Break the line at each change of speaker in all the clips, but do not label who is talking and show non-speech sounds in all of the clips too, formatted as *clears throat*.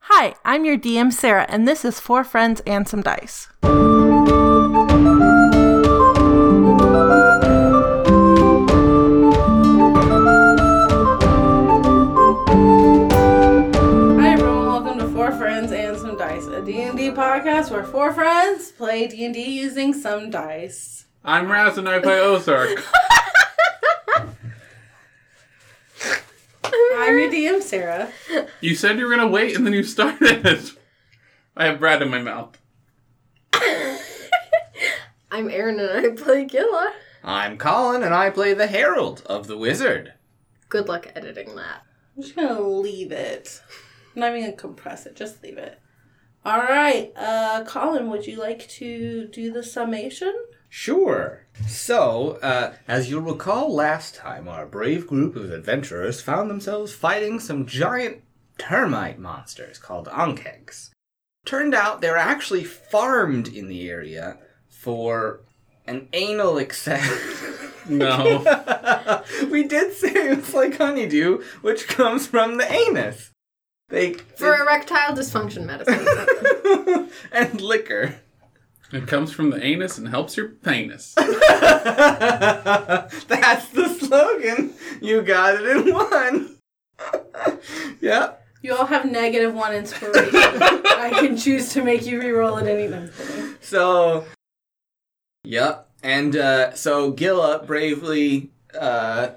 Hi, I'm your DM, Sarah, and this is Four Friends and Some Dice. Hi everyone, welcome to Four Friends and Some Dice, a D&D podcast where four friends play D&D using some dice.
I'm Raz and I play Ozark.
I'm your DM, Sarah.
you said you were gonna wait and then you started. I have Brad in my mouth.
I'm Aaron and I play Gilla.
I'm Colin, and I play the Herald of the Wizard.
Good luck editing that.
I'm just gonna leave it. I'm not even gonna compress it, just leave it. All right, uh, Colin, would you like to do the summation?
Sure. So, uh, as you'll recall last time, our brave group of adventurers found themselves fighting some giant termite monsters called Ankegs. Turned out they're actually farmed in the area for an anal *laughs* excess.
No.
*laughs* we did say it's like honeydew, which comes from the anus. They
For erectile dysfunction medicine.
*laughs* and liquor.
*laughs*
*laughs*
it comes from the anus and helps your penis.
That's the slogan. You got it in one. *laughs* yeah.
You all have negative one *laughs* inspiration. I can choose to make you reroll it anything.
So. Yep. And uh, so Gilla bravely uh,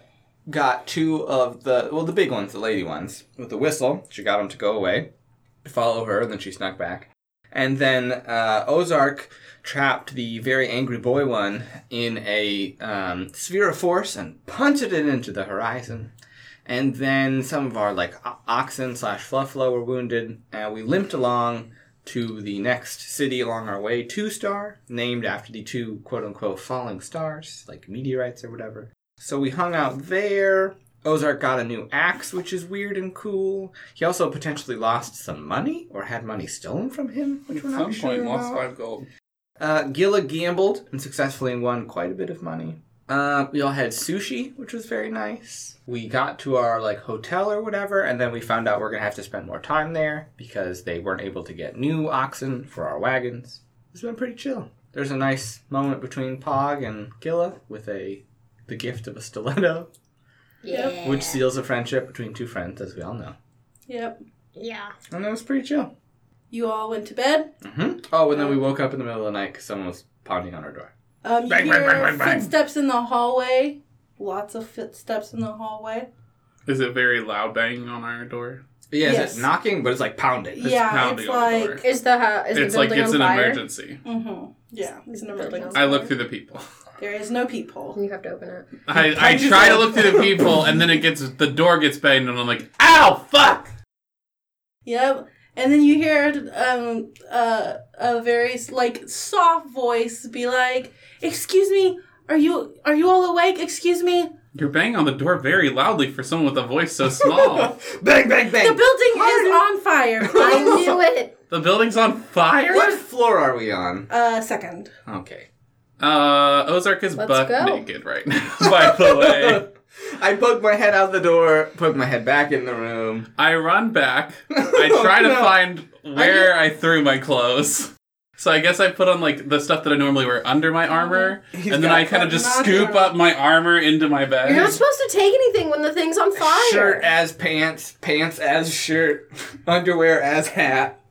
got two of the well, the big ones, the lady ones, with the whistle. She got them to go away, to follow her, and then she snuck back. And then uh, Ozark trapped the very angry boy one in a um, sphere of force and punted it into the horizon. And then some of our like o- oxen slash fluffalo were wounded, and we limped along to the next city along our way, Two Star, named after the two quote unquote falling stars, like meteorites or whatever. So we hung out there. Ozark got a new axe, which is weird and cool. He also potentially lost some money or had money stolen from him, which
At
we're
some
not
point,
sure
lost
about.
five gold.
Uh, Gila gambled and successfully won quite a bit of money. Uh, we all had sushi, which was very nice. We got to our like hotel or whatever, and then we found out we're gonna have to spend more time there because they weren't able to get new oxen for our wagons. It's been pretty chill. There's a nice moment between Pog and Gila with a the gift of a stiletto,
Yeah.
which seals a friendship between two friends, as we all know.
Yep.
Yeah.
And that was pretty chill.
You all went to bed.
hmm Oh, and then we woke up in the middle of the night because someone was pounding on our door.
Um, you
Bang,
hear
bang, bang, bang, bang.
footsteps in the hallway. Lots of footsteps in the hallway.
Is it very loud banging on our door?
Yeah,
Yes.
it's knocking, but it's like pounding.
yeah, it's
pounding on the
like.
door.
Is the ho- is
It's
the
like
building
it's
on
an
fire?
emergency.
Mm-hmm. Yeah, it's an emergency.
I look through the
*laughs*
people.
There is no peephole.
You have to open it.
I, I try to look through the people and then it gets the door gets banged and I'm like, ow, fuck!
Yep. And then you hear um, uh, a very like soft voice be like, "Excuse me, are you are you all awake? Excuse me,
You're banging on the door very loudly for someone with a voice so
*laughs*
small.
*laughs* bang, bang,
the
bang.
building is on fire."
*laughs*
I knew it.
the building's on fire.
what floor are we on?
Uh, second.
Okay.
Uh, Ozark is
Let's
butt
go.
naked right now. *laughs* By the
*laughs*
way,
I poke my head out the door, poke my head back in the room.
I run
*laughs*
back. I try to
No.
find where I threw my clothes. So I guess I put on like the stuff that I normally wear under my armor,
He's
and then
got
I kind of
that
just
knock
scoop
on.
up my armor into my bag.
You're not supposed to take anything when the thing's on fire.
Shirt as pants, pants as shirt, *laughs* underwear as hat,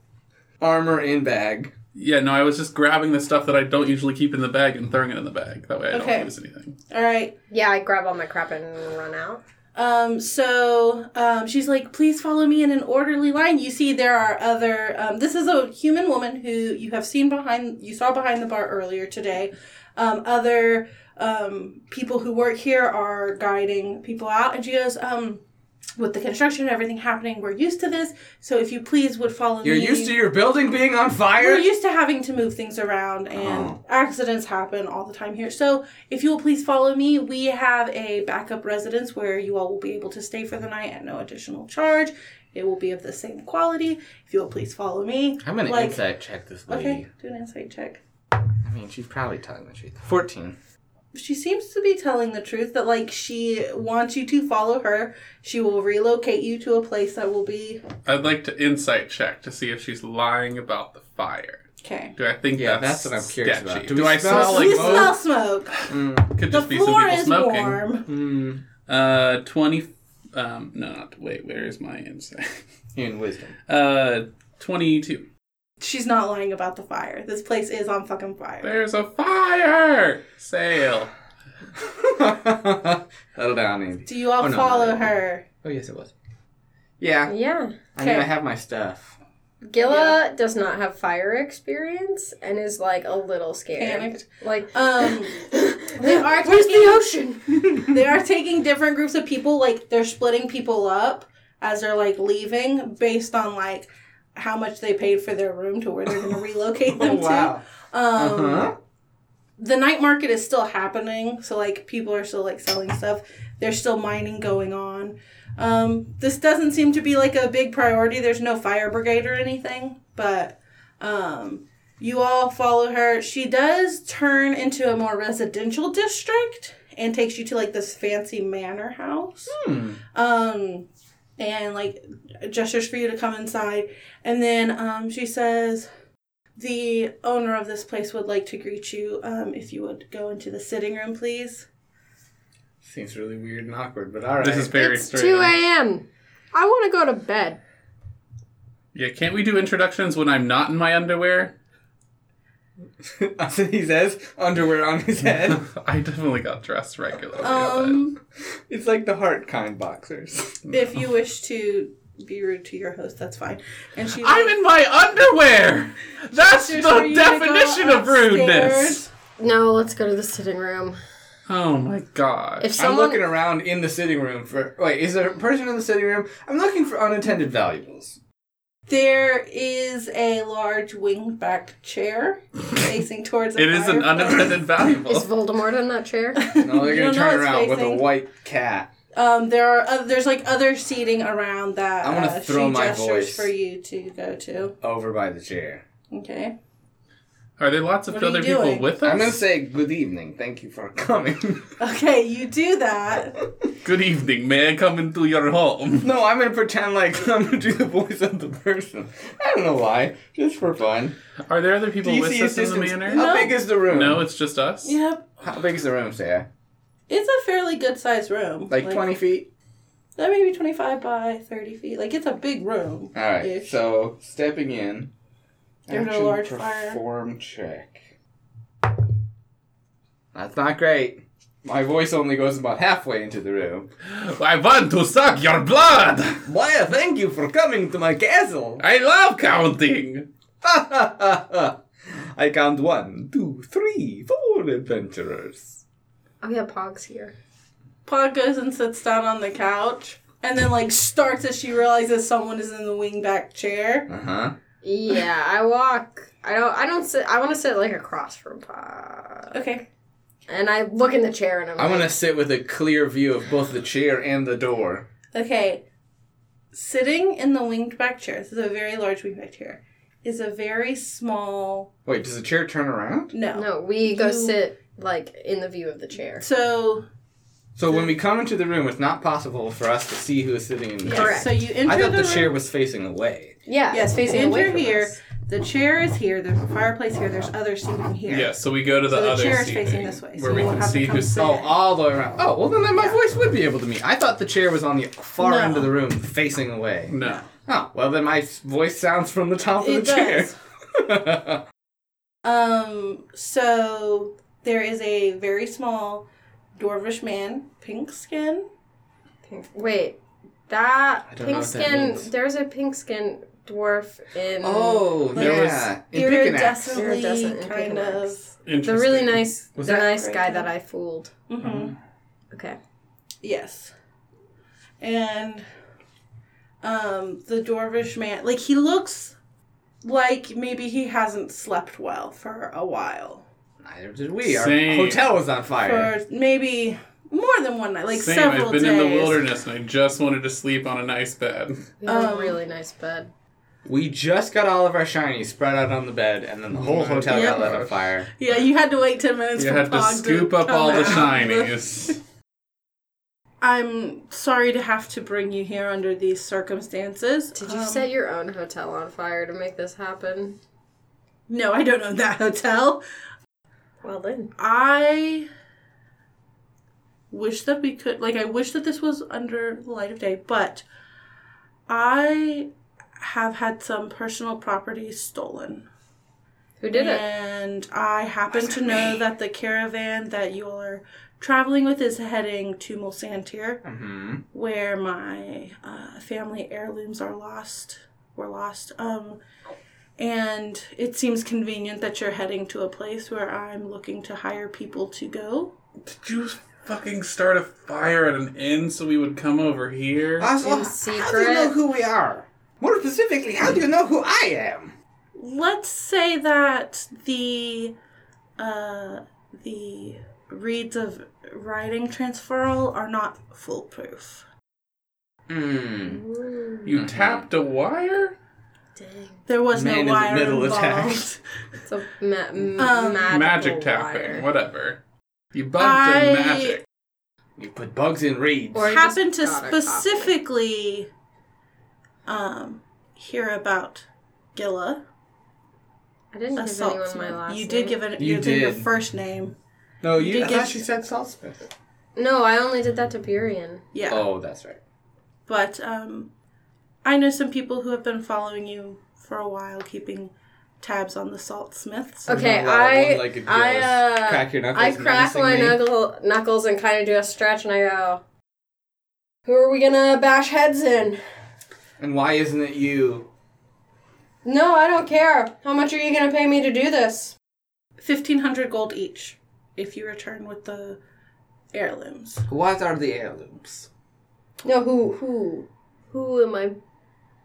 armor in bag.
Yeah, no, I was just grabbing the stuff that I don't usually keep in the bag and throwing it in the bag. That way I
Okay.
don't lose anything.
All right.
Yeah, I grab all my crap and run out.
Um, so um, she's like, please follow me in an orderly line. You see, there are other. Um, this is a human woman who you have seen behind, you saw behind the bar earlier today. Um, other um, people who work here are guiding people out, and she goes, um, with the construction and everything happening, we're used to this. So if you please would follow
You're
me.
used to your building being on
We're
fire?
used to having to move things around, and
Uh-huh.
Oh.
accidents happen all the time here. So, if you will please follow me, we have a backup residence where you all will be able to stay for the night at no additional charge. It will be of the same quality. If you will please follow me.
I'm gonna
Like-
insight check this lady.
Okay, do an insight check.
I mean, she's probably telling the truth. 14.
she seems to be telling the truth that like she wants you to follow her. She will relocate you to a place that will be
I'd like to insight check to see if she's lying about the fire.
okay.
Do I think
Yeah,
that's,
that's what I'm curious
sketchy?
about.
Do,
Do we
I
smell
smell
we
like
smell
smoke?
smoke.
Mm,
Could
The
just be some
floor
people
is
smoking.
warm.
mm,
Uh, twenty. Um, no, not, wait. Where is my insight?
in wisdom.
Uh, twenty-two.
She's not lying about the fire. This place is on fucking fire.
There's a fire. Sail.
*laughs* Settle down, Andy.
Do you all
Oh, no,
follow
no, no.
her?
Oh yes, it was. Yeah,
Yeah.
I mean,
Okay.
I have my stuff.
Gilla does not have fire experience and is like a little scared.
Panicked.
Like *laughs*
Um,
they
are
Where's
taking-
the ocean? *laughs*
they are taking different groups of people. Like they're splitting people up as they're like leaving based on like how much they paid for their room to where they're going to
*laughs* Oh,
relocate them to. Um,
Uh-huh.
the night market is still happening so like people are still like selling stuff there's still mining going on um, this doesn't seem to be like a big priority there's no fire brigade or anything but um, you all follow her she does turn into a more residential district and takes you to like this fancy manor house
Hmm.
um, and like gestures for you to come inside. And then um, she says, "The owner of this place would like to greet you. Um, if you would go into the sitting room, please."
Seems really weird and awkward, but all right.
This is very
it's
strange.
two a.m. I want to go to bed.
Yeah, can't we do introductions when I'm not in my underwear? *laughs*
*laughs* he says underwear on his *laughs* head.
I definitely got dressed regularly.
Um,
it's like the heart kind boxers.
if you wish to be rude to your host, that's fine. And she,
but- I'm in my underwear. That's
Gestures for
the
you to go
definition of rudeness.
upstairs.
No, let's go to the sitting room.
Oh my god.
If
I'm
someone
looking around in the sitting room for. Wait, is there a person in the sitting room? I'm looking for
*laughs*
unattended valuables.
there is a large wingback chair facing towards. A
it is an
fireplace.
unintended
is
valuable.
Voldemort in that chair.
No, they're
You don't
gonna
know
turn
it's
around with a
facing.
white cat.
Um, there are oth- there's like other seating around that.
I wanna
uh,
throw
she
my
gestures
voice.
for you to go to.
over by the chair.
Okay.
Are there lots of
What are
other
you doing?
people with us?
I'm gonna say good evening. Thank you for coming. *laughs*
Okay, you do that.
Good evening, may I come into your home?
no, I'm gonna pretend like *laughs* I'm gonna do the voice of the person. I don't know why, just for fun.
Are there other people
Do you
with
see
us in the
assistants?
manor?
How
No.
big is the room?
No, it's just us.
Yep.
How big is the room, Sarah?
It's a fairly good sized room.
Like, 20 feet?
That maybe 25 by 30 feet. Like, it's a big room.
Alright,
Ish.
so stepping in.
Give it a
Action
large fire.
perform check. That's not great. My voice only goes about halfway into the room.
I want to suck your blood!
Why, thank you for coming to my castle! *laughs*
I love counting!
I count one, two, three, four adventurers.
Oh yeah, Pog's here.
Pog goes and sits down on the couch and then, like, starts as she realizes someone is in the wingback chair.
Uh huh.
Yeah, I walk. I don't. I don't sit. I want to sit like across from Pog,
Okay.
and I look in the chair and I'm.
I
like,
want to sit with a clear view of both the chair and the door.
Okay. Sitting in the wingback chair, this is a very large wingback chair, is a very small.
Wait, does the chair turn around?
No.
No, we go
You-
sit like in the view of the chair.
So,
So when we come into the room, it's not possible for us to see who is sitting in the
yes.
chair.
Correct.
So you enter
I thought the
room.
chair was facing away.
Yeah.
Yes,
it's facing
enter
away from
here.
us.
The chair is here. There's a fireplace here. There's other seating here.
Yeah, so we go to the
So the
other
chair is
seating
facing this way, so
where we
we'll
can
have to
see
come
who's
sit.
Oh, all the way around. Oh, well then my
Yeah.
voice would be able to meet. I thought the chair was on the far
No.
end of the room, facing away.
No.
Oh, well then my s- voice sounds from the top of
It
the
does.
chair.
Um, so there is a very small dwarvish man, pink skin.
Pink- Wait, that
I don't know
pink
what that
skin.
means.
there's a pink skin dwarf in
*laughs* oh,
Like
yeah. In Pickenax.
iridescently
Iridescent in
kind of.
Pickenax. the
Interesting.
really nice,
Was
the
that- Oh.
nice guy that I fooled.
hmm
Okay.
Yes. And um, the dwarvish man, like he looks like maybe he hasn't slept well for a while,
Neither did we. Our
Same.
hotel was on fire.
for maybe more than one night, like
Same.
several
I've been
days.
in the wilderness and I just wanted to sleep on a nice bed.
We have
Um,
a really nice bed.
We just got all of our shinies spread out on the bed, and then the whole hotel
Yep.
got lit on fire.
Yeah, you had to wait 10 minutes
You
for
had to
Pog
scoop up
come
all the
out. *laughs*
shinies.
I'm sorry to have to bring you here under these circumstances.
Did you
Um,
set your own hotel on fire to make this happen?
No, I don't own that hotel.
Well then.
I wish that we could, like, I wish that this was under the light of day, but I have had some personal property stolen.
Who did it?
And I happen to know that the caravan that you all are traveling with is heading to Mulsantir,
Mm-hmm.
where my uh, family heirlooms are lost. Were lost. Um, and it seems convenient that you're heading to a place where I'm looking to hire people to go.
Did you fucking start a fire at an inn so we would come over here?
Also,
In
how do you know
secret.
who we are? More specifically, how do you know who I am?
Let's say that the uh, the reeds of writing transferal are not foolproof.
Hmm.
Ooh,
you tapped a wire?
dang.
There was
Man in
no
the
wire
middle attack.
involved.
It's a ma- m-
Um,
magical
Magic tapping,
wire.
whatever. You bumped
I-
in magic.
You put bugs in reeds.
Or- just
Happened to
got a copy.
specifically um, hear about Gilla
I didn't give
assault.
anyone my last
you did
name.
give it.
You
You did your
did.
first name.
no,
you
you.
did
I
get-
thought you said saltsmith.
No, I only did that to Burian.
Yeah,
Oh, that's right.
but um, I know some people who have been following you for a while, keeping tabs on the salt smiths.
Okay,
Well,
I
one-legged
I
gills.
uh,
crack your knuckles.
I crack my
menacingly.
knuckle, knuckles and kind of do a stretch, and I go, "Who are we gonna bash heads in?"
And why isn't it you?
No, I don't care. How much are you gonna pay me to do this?
Fifteen hundred gold each if you return with the heirlooms.
What are the heirlooms?
No, who who who am I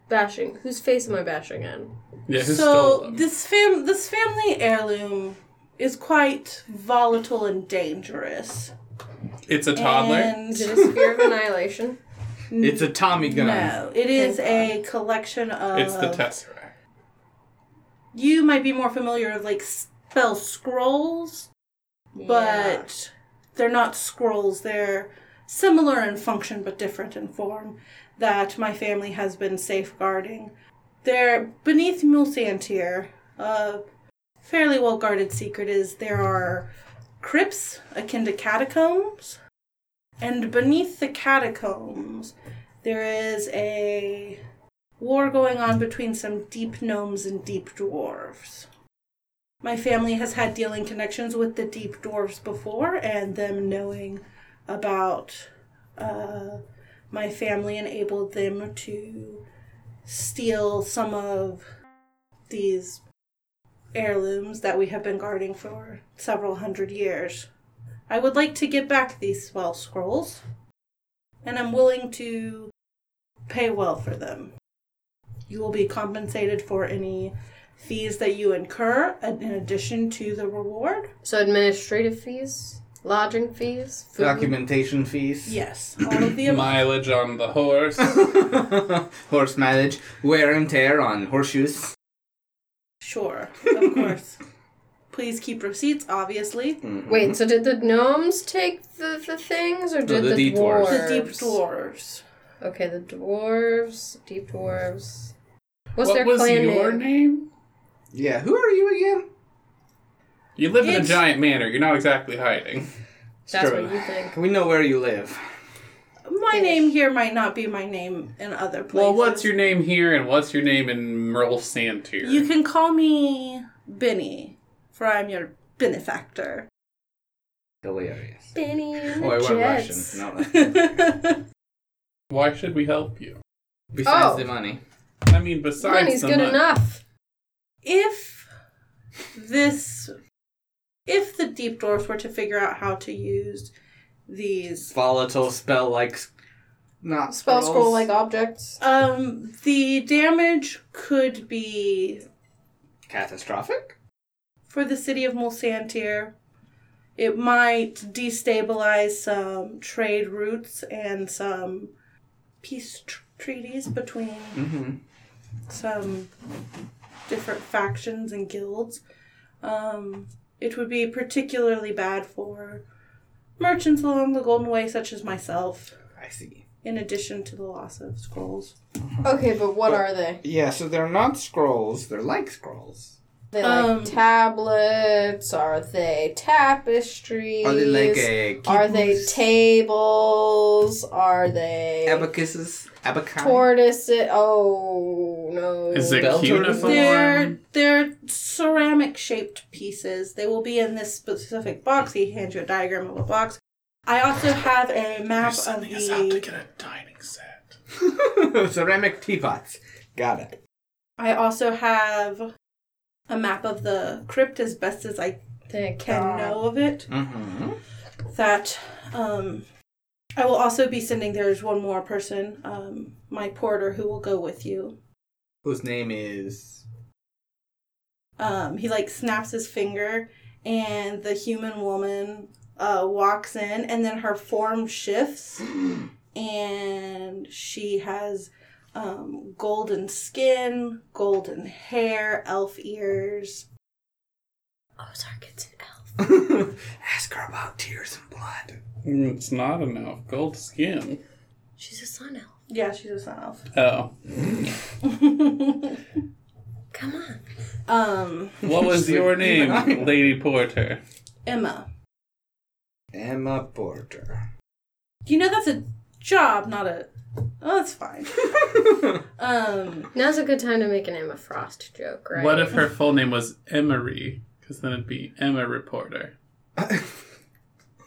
bashing? Whose face am I bashing in?
Yeah, who stole
so
them?
this fam this family heirloom is quite volatile and dangerous.
it's a toddler.
And
Is it
*laughs*
a sphere of annihilation?
It's a Tommy gun.
no, it is a collection of.
it's the tesseract.
You might be more familiar with like spell scrolls, but they're not scrolls. They're similar in function but different in form. That my family has been safeguarding. They're beneath Mulsantir. A fairly well guarded secret is there are crypts akin to catacombs, and beneath the catacombs there is a war going on between some deep gnomes and deep dwarves. My family has had dealing connections with the deep dwarves before, and them knowing about uh, my family enabled them to steal some of these heirlooms that we have been guarding for several hundred years. I would like to get back these spell scrolls, and I'm willing to pay well for them. You will be compensated for any fees that you incur uh, in addition to the reward.
So administrative fees, lodging fees, food.
Documentation fees.
Yes,
*coughs*
all of the above.
Mileage on the horse.
*laughs* Horse mileage, wear and tear on horseshoes.
Sure, of course. Please keep receipts, obviously.
Wait, so did the gnomes take the, the things, or did
the
the,
deep dwarves.
dwarves?
The deep dwarves.
Okay, the dwarves, deep dwarves. What's
what
their
was
clan
your
name?
name?
Yeah, who are you again?
You live in a
It's-
giant manor. You're not exactly
*laughs*
hiding.
That's
True.
what you
*laughs*
think.
We know where you live.
My name here might not be my name in other places.
Well, what's your name here and what's your name in Merle Santir?
You can call me Benny, for I'm your benefactor. *laughs*
Hilarious.
Benny and
Oh, I
the
went
Jets.
Russian. No,
Benny's
Why should we help you?
besides
Oh.
the money.
I mean, besides
Benny's
the
good
money.
enough.
if this if the deep dwarfs were to figure out how to use these
Volatile spell like. Not
Spell
scrolls.
scroll like objects.
um the damage could be
Catastrophic?
for the city of Mulsantir it might destabilize some trade routes and some peace tr- treaties between
Mm hmm.
some different factions and guilds. Um, it would be particularly bad for merchants along the Golden Way, such as myself,
I see.
in addition to the loss of scrolls.
Okay, but what are they?
Yeah, so they're not scrolls. They're like scrolls.
They like
Um,
tablets? Are they tapestries?
Are they like uh, a?
Are they
keyboards?
tables? Are they
abacuses? Abacus.
tortoises? Oh no!
Is it
Bell
cuneiform?
tortoise?
They're they're ceramic shaped pieces. They will be in this specific box. He hands you a diagram of a box. I also have a map
You're
of
sending us out to
the.
get a dining set.
*laughs* Ceramic teapots. Got it.
I also have a map of the crypt as best as I
Thank
can
God.
know of it.
Mm-hmm.
That um, I will also be sending. There's one more person, um, my porter, who will go with you.
Whose name is? *laughs*
um, he like snaps his finger and the human woman uh, walks in and then her form shifts and she has um, golden skin golden hair elf ears
Ozark, it's an elf.
Ask her about tears and blood.
Mm, It's not enough. Gold skin.
She's a sun elf.
yeah she's a sun elf
Oh.
Come on.
um,
What
*laughs*
was your name, Lady Porter?
emma
Emma Porter. *laughs*
you know that's a job not a oh that's fine um
Now's a good time to make an Emma Frost joke, right?
What if her full name was Emery? Because then it'd be Emma Reporter.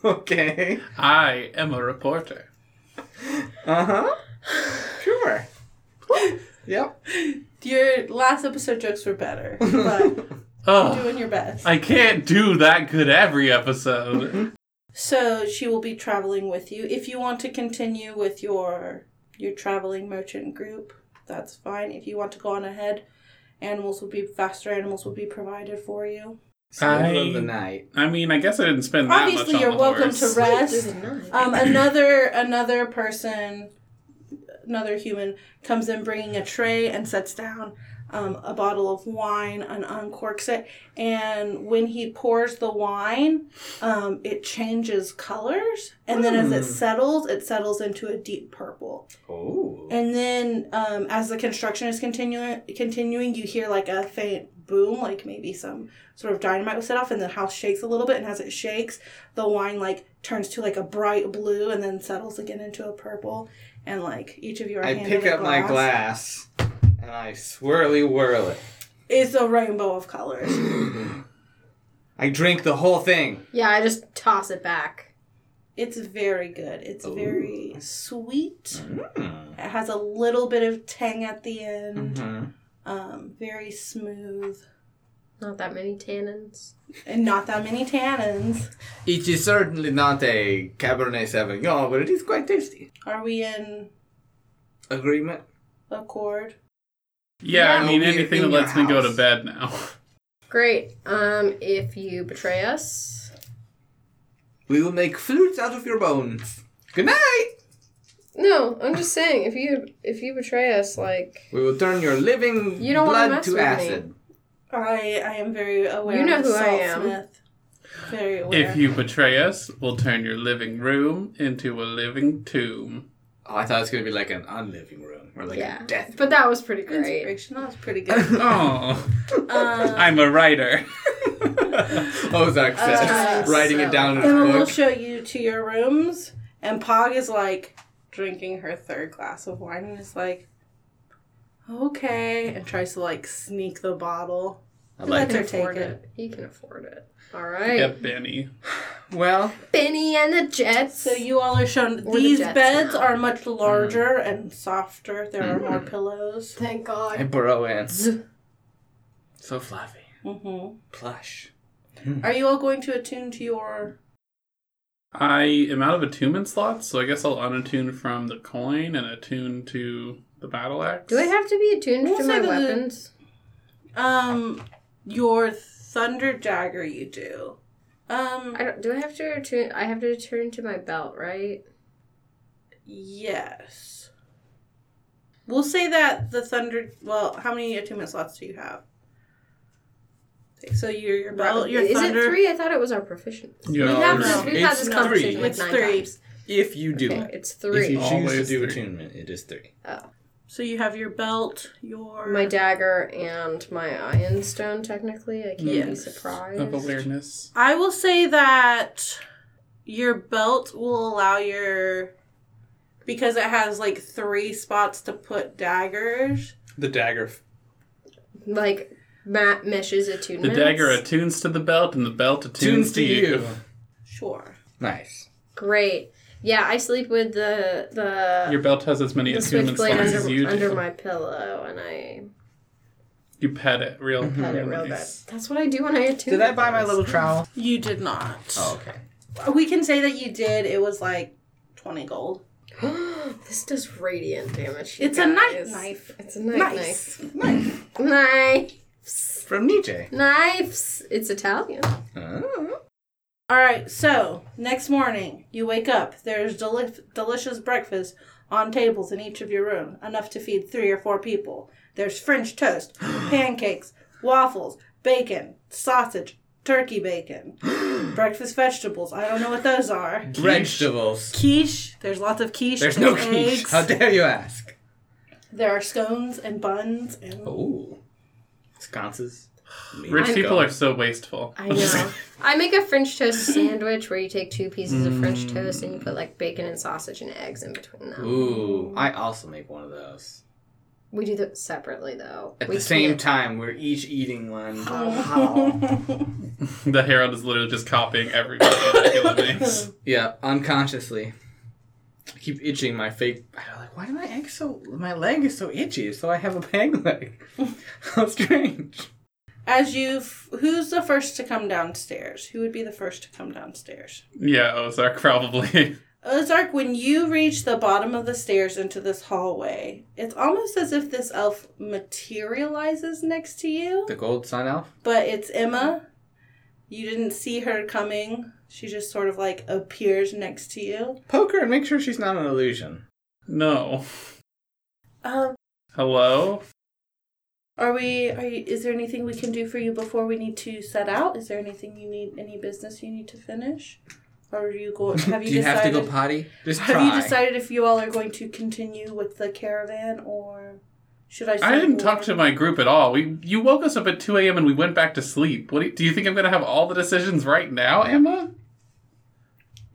okay.
I am a reporter.
Uh huh. Sure. yep.
your last episode jokes were better but
Oh,
doing your best
I can't do that good every
*laughs*
episode.
So she will be traveling with you. If you want to continue with your your traveling merchant group, that's fine. If you want to go on ahead, animals will be faster animals will be provided for you.
Middle of the
I-
night.
I mean, I guess I didn't spend that much
Obviously
on
you're
the
welcome
horse.
to rest.
Nice.
Um another another person another human comes in bringing a tray and sets down um, a bottle of wine and uncorks it and when he pours the wine um, it changes colors and then as it
Hmm.
settles it settles into a deep purple
Oh.
and then um, as the construction is continuing continuing you hear like a faint boom like maybe some sort of dynamite was set off and the house shakes a little bit and as it shakes the wine like turns to like a bright blue and then settles again into a purple and like each of you are
I
handed
pick
a
up my glass and I swirly whirl it.
It's a rainbow of colors.
*laughs* I drink the whole thing.
yeah, I just toss it back.
It's very good. It's very sweet.
Mm.
It has a little bit of tang at the end.
hmm
Um, very smooth
Not that many tannins.
and not that many tannins.
It is certainly not a Cabernet Sauvignon, but it is quite tasty.
Are we in
Agreement?
accord?
Yeah, I
Yeah.
mean,
We'll be
anything that
in your
lets me go to
house.
bed now. *laughs*
Great. Um, if you betray us,
We will make flutes out of your bones. Good night!
no. I'm just saying, if you if you betray us, like
We will turn your living
You don't wanna
blood
mess
to
with me.
acid.
I I am very aware.
You know
of
who I
Salt
am.
Smith. Very aware.
if you betray us, we'll turn your living room into a living tomb.
Oh, I thought it was going to be like an unliving room or like
yeah.
a death.
But that was pretty great.
Inspiration. That was pretty
*laughs*
good.
*laughs*
Oh,
Uh,
Um,
I'm a writer.
*laughs* Ozark says,
Uh,
writing it down in his
Emma will
book.
show you to your rooms, and Pog is like drinking her third glass of wine and is like, okay, and tries to like sneak the bottle.
I
like
like
it.
it.
He can afford
Take
it. He can afford it. All right.
Yep, Benny.
Well,
Benny and the Jets.
So you all are shown
Or the
these
Jets
beds
now.
are much
Mm-hmm.
larger and softer. There are more pillows.
Thank
I
God.
burrow in. So fluffy.
hmm
Mm-hmm.
Plush.
Are you all going to attune to your?
I am out of attunement slots, so I guess I'll unattune from the coin and attune to the battle axe.
Do I have to be attuned
We'll
to
say
my
that the-
weapons?
Um, your thunder dagger. You do. Um.
I don't. Do I have to attune? I have to attune to my belt, right?
Yes. We'll say that the thunder. Well, how many attunement slots do you have? Okay, so your your, bra-
Well,
your
Is
thunder.
it three? I thought it was our proficiency.
You
We've had this,
no.
always-
we've had
It's
this
three.
conversation like
It's
nine
three.
times.
If you do
Okay,
it.
it's
If
three.
you choose
Always
to do
three.
attunement, it is three.
So you have your belt, your
My dagger and my iron stone. Technically, I can't be
Yes.
of
surprised.
awareness.
I will say that your belt will allow your because it has like three spots to put daggers.
The dagger.
Like Matt meshes
The
attunements.
dagger attunes to the belt, and the belt attunes, to you.
Sure.
Nice.
Great. Yeah, I sleep with the the,
Your belt has as many
the
attunement
switchblade
slots as you
under,
do.
under my pillow, and I
You pet it real,
pet it real bad.
nice.
That's what I do when I attune.
Did I buy my little trowel?
You did not.
Oh, okay.
We can say that you did. It was like twenty gold.
this does radiant damage. you
It's a knife
guys.
knife.
It's a knife knife.
Nice.
Nice.
Knives.
From Nietzsche.
Knives. It's Italian.
Oh.
All right. So next morning, you wake up. There's deli- delicious breakfast on tables in each of your room, enough to feed three or four people. There's French toast,
*gasps*
pancakes, waffles, bacon, sausage, turkey
*gasps*
bacon, breakfast vegetables. I don't know what those are.
Vegetables.
Quiche. There's lots of quiche.
There's no
eggs.
quiche. *laughs* How dare you ask?
There are scones and buns and
Oh. Sconces.
*sighs* Rich people are so wasteful.
I know. I make a French toast sandwich where you take two pieces of French toast and you put like bacon and sausage and eggs in between them.
Mm. Ooh. I also make one of those.
We do that separately though.
At
we
the same
can't-
time, we're each eating one.
The Herald is literally just copying everybody. Kayla
*laughs*
makes.
*laughs* Yeah, unconsciously. I keep itching my fake. I'm like, why do my egg so? My leg is so itchy. So I have a peg leg. *laughs* How strange.
as you. F- who's the first to come downstairs? Who would be the first to come downstairs?
Yeah, Ozark probably. *laughs*
Ozark, when you reach the bottom of the stairs into this hallway, it's almost as if this elf materializes next to you,
The gold sun elf.
but it's Emma. You didn't see her coming. She just sort of like appears next to you.
Poke her and make sure she's not an illusion.
No.
Um,
Hello?
are we? Are you, is there anything we can do for you before we need to set out? Is there anything you need? Any business you need to finish? Or are you
*laughs*
going? Have you
do you have to
decided?
go potty? Just
have
try.
you decided if you all are going to continue with the caravan, or should I?
I didn't
send
talk
word?
to my group at all. We you woke us up at 2 a.m. and we went back to sleep. What do you, do you think I'm gonna have all the decisions right now, Emma?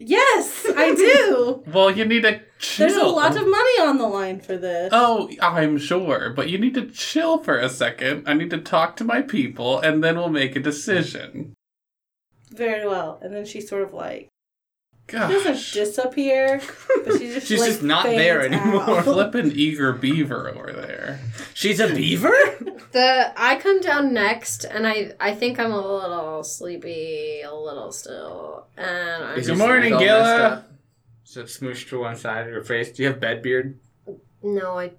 Yes, I do.
Well, you need to chill.
There's a lot of money on the line for this.
Oh, I'm sure, but you need to chill for a second. I need to talk to my people, and then we'll make a decision.
Very well. And then she sort of like doesn't
Gosh,
disappear, but
*laughs*
she just
She's
like,
just not there
fades
anymore.
out. *laughs*
flippin' eager beaver over there.
She's a *laughs* beaver.
The I come down next, and I I think I'm a little sleepy, a little still, and I'm
Is
Good
your
just,
morning,
sleep all messed
Gilla.
up? So smooshed to one side of your face. Do you have bed beard?
no, I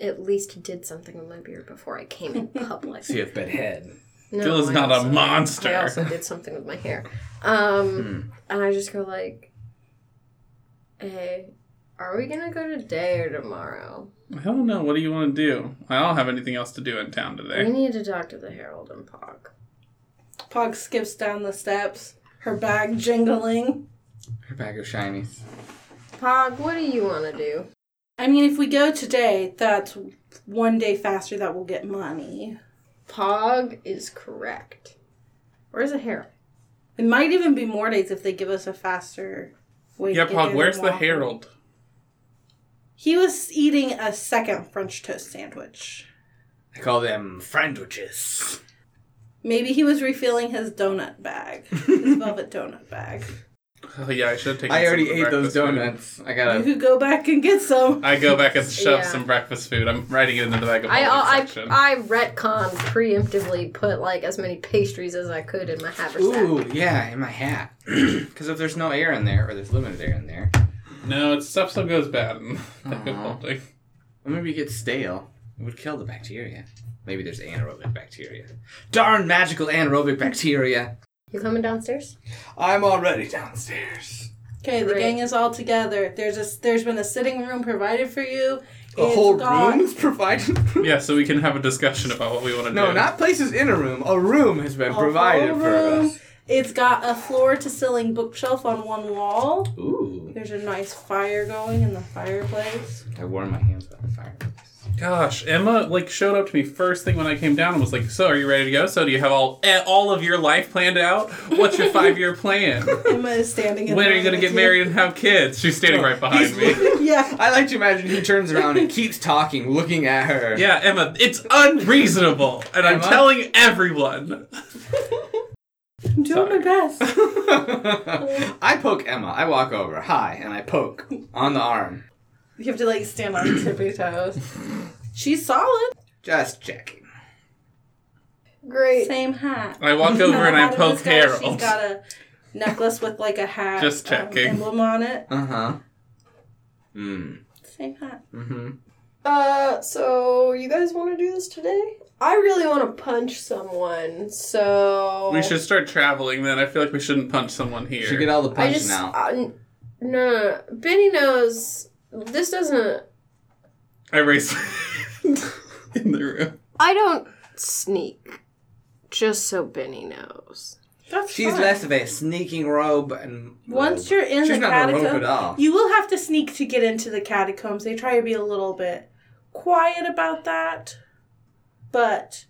at least did something with my beard before I
*laughs*
came in public.
So you have bed head.
No,
Gilla's
I
not a
also-
monster. Hmm.
I also did something with my hair, um, and I just go like, "Hey, are we gonna go today or tomorrow?
I don't know. What do you want to do? I don't have anything else to do in town
We
today.
need to talk to the Herald and Pog."
Pog skips down the steps, her bag jingling.
Her bag of shinies.
Pog, what do you want to do?
I mean, if we go today, that's one day faster that we'll get money.
Pog is correct. Where's the Herald?
It might even be more days if they give us a faster way. to
Yeah,
get there
Pog,
than
where's the
walking.
herald? *laughs*
He was eating a second French toast sandwich.
I call them friendwiches.
Maybe he was refilling his donut bag, his velvet donut bag.
Oh, yeah, I should have taken
I
some
already
of the
ate those
breakfast food.
donuts. I
You
gotta.
could go back and get some.
I go
*laughs*
back and shove
Yeah.
some breakfast food. I'm writing it into the bag of
I,
holding
I
section.
I retcon preemptively put like as many pastries as I could in my haversack.
Ooh, yeah, in my hat. *clears throat* Because if there's no air in there, or there's limited air in there,
No, it's stuff still goes bad in *laughs* the bag of
Aw.
holding.
maybe it gets stale. It would kill the bacteria. Maybe there's anaerobic bacteria. Darn magical anaerobic bacteria!
You coming downstairs?
I'm already downstairs.
Okay, the
Great.
gang is all together. There's a there's been a sitting room provided for you.
A
It's
whole
got-
room is provided.
Yeah, so we can have a discussion about what we want to
no,
do.
not places in a room. A room has been
A
provided
whole
for
room.
us.
It's got a floor to ceiling bookshelf on one wall.
Ooh,
There's a nice fire going in the fireplace.
I warm my hands by the fireplace.
Gosh, Emma like showed up to me first thing when I came down and was like, "So, are you ready to go? So, do you have all eh, all of your life planned out? What's your five year plan?
Emma is standing. in
When are
line
you gonna
with
*laughs*
get married and have kids?" She's standing right behind
*laughs*
me.
*laughs* yeah.
I like to imagine he turns around and keeps talking, looking at her.
Yeah, Emma, it's unreasonable, and I'm
Emma?
telling everyone.
I'm doing
Sorry. *laughs*
my best.
*laughs* I poke Emma. I walk over. Hi, and I poke on the arm.
You have to like stand on tippy toes. She's solid.
Just checking.
Great.
Same hat.
I walk over and I
Out of
poke
this guy,
Harold.
She's got a necklace with like a hat
Just
um,
checking.
emblem on it.
Uh huh. Mm.
Same hat.
Mm-hmm.
Uh, so you guys want to do this today? I really want to punch someone, so
We should start traveling. Then I feel like we shouldn't punch someone here.
Should get all the
I
punching
just
out.
uh, n- no, no, no. Benny knows this doesn't.
I race *laughs* in the room.
I don't sneak, just so Benny knows.
That's
She's
fine.
less of a sneaking robe and
Once you're in
She's
the
not gonna rope
catacomb,
it off.
you will have to sneak to get into the catacombs. They try to be a little bit quiet about that, but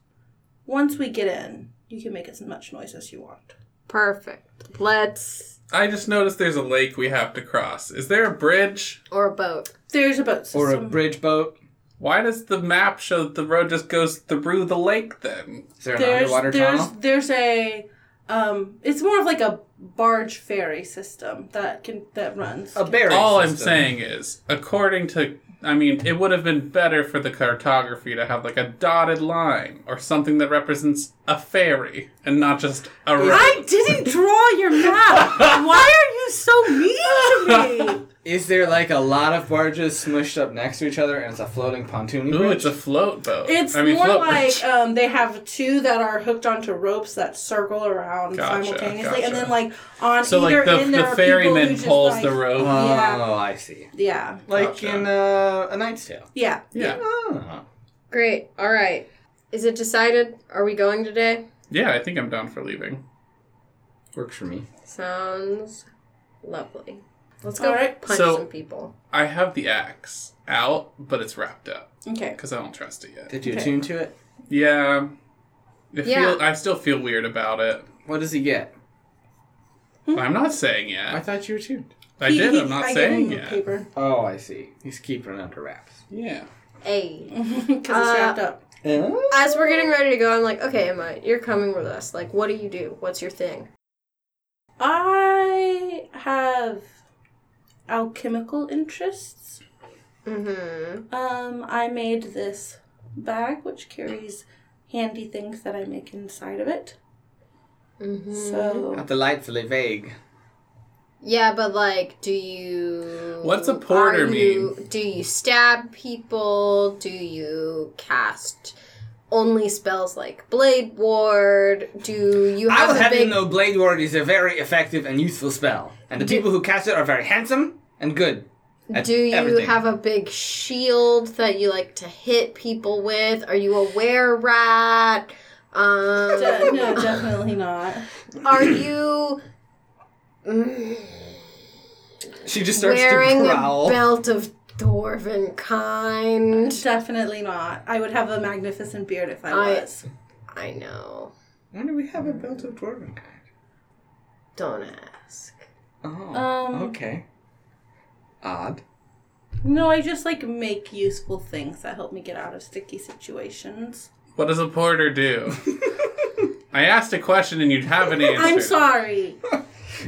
once we get in, you can make as much noise as you want.
Perfect. Let's
I just noticed there's a lake we have to cross. Is there a bridge?
or a boat.
There's a boat system.
or a bridge boat.
Why does the map show that the road just goes through the lake then?
Is there an
there's
underwater
there's
tunnel?
there's a um, it's more of like a barge ferry system that can that runs.
A barrier.
All I'm saying is, according to I mean, it would have been better for the cartography to have like a dotted line or something that represents a ferry and not just a road.
I didn't draw your map. Why are you so mean to
*laughs*
me?
Is there like a lot of barges smushed up next to each other and it's a floating pontoon
Ooh,
bridge?
it's a float boat.
It's
I mean,
more
float
like
bridge.
um, they have two that are hooked onto ropes that circle around
Gotcha,
simultaneously,
gotcha.
and then like on
so like
either
the,
end
the
there are people who
ferryman
just,
pulls
like-
the rope.
Oh,
yeah.
I see.
Yeah,
Like
Gotcha.
in uh, A Knight's Tale.
yeah.
yeah.
Oh.
Great. All right. Is it decided? Are we going today?
Yeah, I think I'm down for leaving.
Works for me.
Sounds lovely. Let's go
All right.
punch
So-
some people.
I have the axe out, but it's wrapped up
Okay.
because I don't trust it yet.
Did you
Okay.
attune to it?
Yeah. It
Yeah.
Feel, I still feel weird about it.
What does he get?
Hmm.
I'm not saying
I
yet.
thought you were tuned.
I
He-
did.
he-
I'm not
I gave him
saying
the
yet.
Paper
Oh, I see. He's keeping it under wraps.
Yeah.
Hey.
because it's
Uh,
wrapped up.
As we're getting ready to go, I'm like, okay, Emma, you're coming with us. Like, what do you do? What's your thing?
I have alchemical interests.
Mm-hmm.
Um, I made this bag which carries handy things that I make inside of it.
Mm-hmm.
So
*laughs*
Not delightfully vague.
Yeah, but like, do you?
What's a porter
are you- Do you stab people? Do you cast only spells like Blade Ward? Do you
I
have
will
a
have
big?
you know, Blade Ward is a very effective and useful spell, and the people who cast it are very handsome and good. at
do you
everything.
have a big shield that you like to hit people with? Are you a were rat? Um,
*coughs*
De- no, definitely not.
are you
She just starts
wearing
to
a
growl.
belt of dwarven kind?
Definitely not. I would have a magnificent beard if I
I-
was.
I know.
When do we have a belt of dwarven kind?
Don't ask.
Oh,
Uh,
Um,
okay. Odd.
No, I just like make useful things that help me get out of sticky situations.
What does a porter do? I asked a question and you haven't answered.
I'm sorry.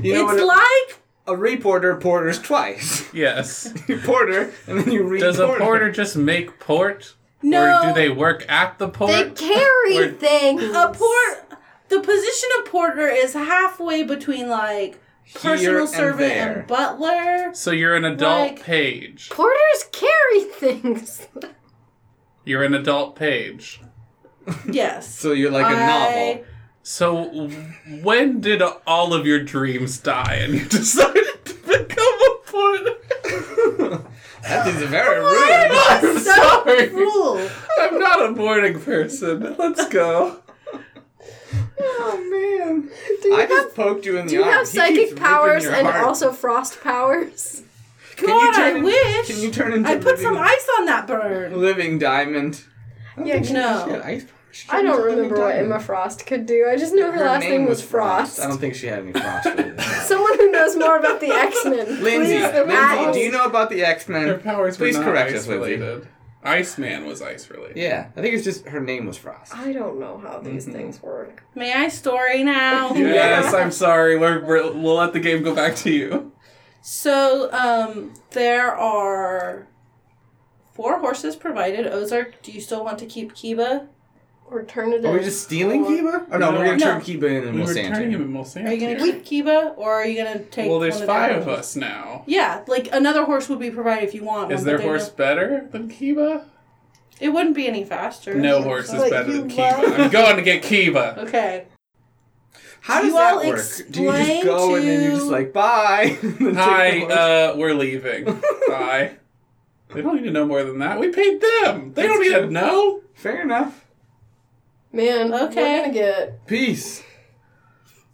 You know
it's
what?
like
a reporter porters twice. *laughs*
Yes.
you porter, and then you reporter.
Does a porter just make port?
no
Or do they work at the port?
They carry
Or-
things.
a port. The position of porter is halfway between like
Here
personal
and
servant
there.
*laughs*
and butler.
so you're an adult
Like-
page.
Porters carry things. *laughs*
You're an adult page.
Yes.
So you're like a
I-
novel. *laughs*
So w- when did all of *laughs* your dreams die and you decided to become a porter?
That is very
Why
rude.
am I so
sorry.
cruel?
I'm not a morning person. Let's go.
oh man.
Do you
I
have,
just poked you in the
do you
arm.
have
Ah, He keeps
psychic
ripping
powers
your
and
heart.
also frost powers?
Can you
God, I
turn in-
wish.
Can you turn into
I put
*laughs*
living,
some ice on that burn.
living diamond? I don't
Yeah,
think she
no.
she had ice powers. She
I
turned
don't
into living
remember what
diamond.
Emma Frost could do. I just knew her, last name, was Frost.
I don't think she had any Frost. Really.
*laughs* Someone who knows more
*laughs*
about the X Men.
Lindsay,
Please,
Lindsay,
Matt.
do you know about the X
Their
Men?
powers
Please
were not
correct
ice
us, Lindsay.
related. Iceman was ice related.
Yeah, I think it's just her name was Frost.
I don't know how these
Mm-hmm.
things work.
May I story now?
Yes, I'm sorry. We're, we're, we'll let the game go back to you.
So um, there are four horses provided. Ozark, do you still want to keep Kiba?
Or turn it
Are we
in.
just stealing Kiba? Oh no,
No.
we're gonna turn
No.
Kiba in and
we
we'll
were
sand
turning him
him.
in Mulsanne.
Are you going to keep Kiba, or are you going to take?
Well, there's
one
five
the
of
other horses?
us now.
Yeah, like another horse would be provided if you want.
Is
one,
their
but they're
horse better than Kiba?
no- It wouldn't be any faster.
No horse is
But
better
you
than
love-
Kiba. I'm going to get Kiba.
Okay.
How
Do
does
you all
that work? Do you just
explain
go and then you're
to-
just like bye? *laughs* and then take
Hi,
the horse?
uh, we're leaving. Bye. They don't need to know more than that. We paid them. They don't
That's
need to
true.
know.
Fair enough.
Man,
Okay.
we're gonna get.
Peace.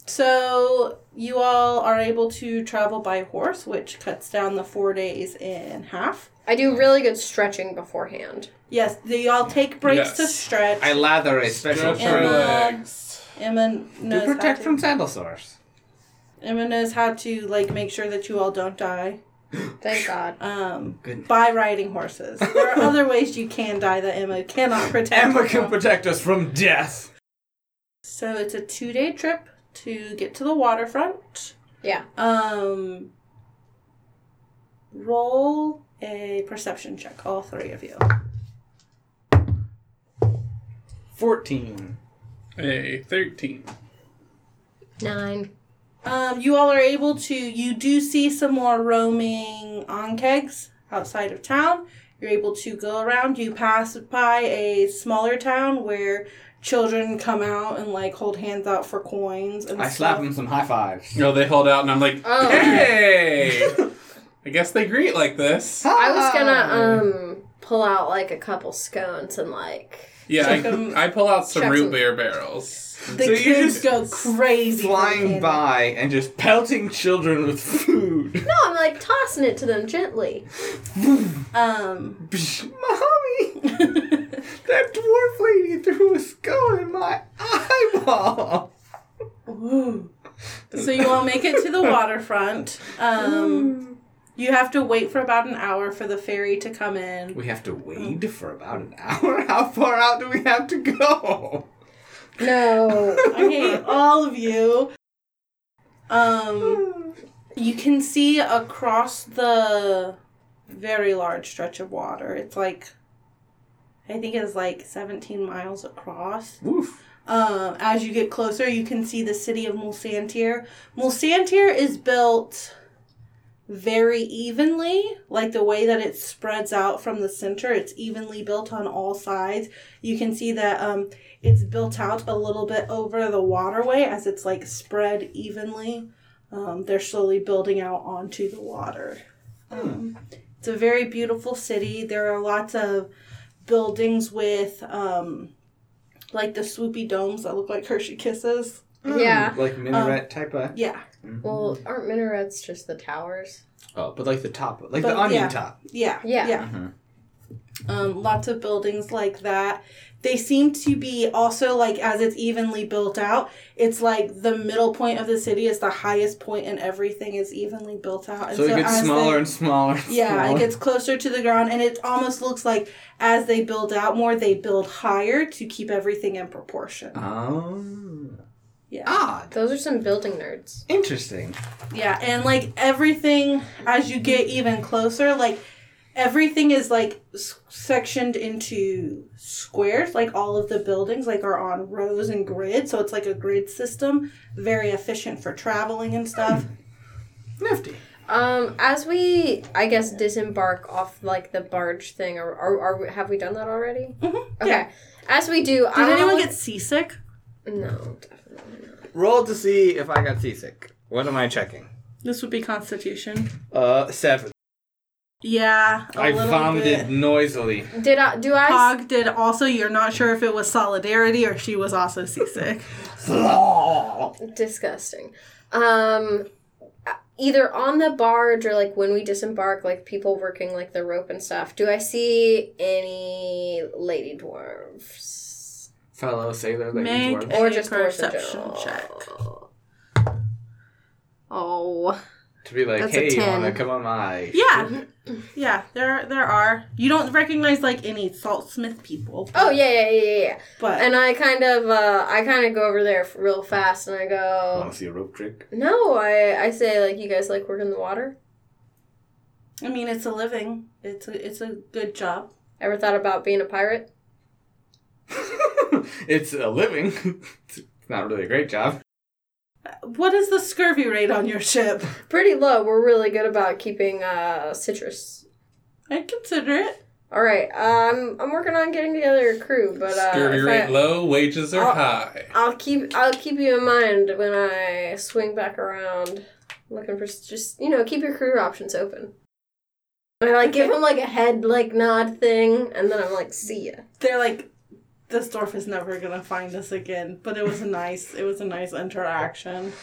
So you all are able to travel by horse, which cuts down the four days in half.
I do really good stretching beforehand.
Yes, they all take breaks to
Yes.
stretch.
I lather a special
Stretch our
Emma
turtle
legs.
Emma
to
knows how
protect
to.
from sandal sores.
Emma knows how to like make sure that you all don't die.
Thank God.
Uh,
Um,
Goodness.
by riding horses. There are other ways you can die that Emma cannot
*laughs*
protect.
Emma
you
can
from.
protect us from death.
So it's a two day trip to get to the waterfront.
Yeah.
uh,
Um, roll a perception check, all three of you.
Fourteen.
A 13.
Nine.
Um, you all are able to, you do see some more roaming on kegs outside of town. You're able to go around. You pass by a smaller town where children come out and like hold hands out for coins. And
I
stuff.
slap him some high fives.
No, they hold out, and I'm like,
Oh.
hey! I guess they greet like this.
I was gonna um pull out like a couple scones and like
Yeah,
Check 'em.
I, I pull out some
Check
root
some-
beer barrels.
The
So you
kids
just
go crazy.
*laughs* flying
from
by and just pelting children with food.
no, I'm like tossing it to them gently.
Canada. Um, *laughs*
*laughs* Psh, Mommy, that dwarf lady threw a skull in my eyeball.
ooh. So you all make it to
*laughs*
the waterfront. Um, you have to wait for about an hour for the ferry to come in.
We have to
Oh.
wade for about an hour. *laughs* How far out do we have to go?
No.
I hate all of you. Um, you can see across the very large stretch of water. It's like, I think it's like 17 miles across.
Woof.
Um, as you get closer, you can see the city of Mulsantir. Mulsantir is built very evenly, like the way that it spreads out from the center. It's evenly built on all sides. You can see that um, it's built out a little bit over the waterway as it's like spread evenly. Um, they're slowly building out onto the water. Um, it's a very beautiful city. There are lots of buildings with. Um, like the swoopy domes that look like Hershey kisses.
*laughs*
Hmm.
yeah.
Like minaret type of.
Um,
Mm-hmm.
Yeah,
Well, aren't minarets just the towers?
Oh, but like the top, like
But,
the onion
yeah.
top. Mm-hmm.
yeah,
Yeah.
yeah. Um, lots of buildings like that. They seem to be also like as it's evenly built out. It's like the middle point of the city is the highest point, and everything is evenly built out. And
So, it gets
as
smaller
they-
and smaller. And
Uh, Yeah,
smaller.
it gets closer to the ground, and it almost looks like as they build out more, they build higher to keep everything in proportion.
Oh.
Yeah.
Odd.
Those are some building nerds.
Interesting.
Yeah, and like everything as you get even closer, like everything is like s- sectioned into squares. Like all of the buildings like are on rows and grids, so it's like a grid system, very efficient for traveling and stuff.
Nifty.
Um, as we, I guess, disembark off like the barge thing, or are, are we, have we done that already? Okay.
Mm-hmm. yeah.
As we do,
Did
I
anyone
wanna-
get seasick?
no? Definitely not.
Roll to see if I got seasick. What am I checking?
This would be Constitution.
Uh, seven.
Yeah, a
I
little
vomited
bit. *laughs*
noisily.
Did I? Do I? s-
Pog did also. You're not sure if it was solidarity or she was also seasick.
disgusting. Um, either on the barge or like when we disembark, like people working like the rope and stuff. Do I see any lady dwarves
Fellow sailor lady
Meg. uh,
dwarves.
or
Any
just dwarves in
perception
general?
check.
Oh,
To be like,
That's a
hey, you
10.
wanna come on my.
Yeah, yeah. There, there are. You don't recognize like any saltsmith people.
oh yeah, yeah, yeah, yeah, yeah.
but
And I kind of, uh, I kind of go over there f- real fast, and I go,
Wanna see a rope trick? *laughs*
no, I, I say like, you guys like work in the water.
I mean, it's a living. It's a, it's a good job.
Ever thought about being a pirate?
it's a living. *laughs* it's not really a great job.
What is the scurvy rate on your ship?
Pretty low. We're really good about keeping uh, citrus
I'd consider it.
All right, um, I'm working on getting together a crew, but uh,
Scurvy
if
rate
I,
low, wages are
I'll-
high.
I'll keep I'll keep you in mind when I swing back around, looking for s- just you know keep your career options open. I like give him like a head like nod thing, and then I'm like, see ya.
They're like, this dwarf is never gonna find us again. But it was a nice, it was a nice interaction.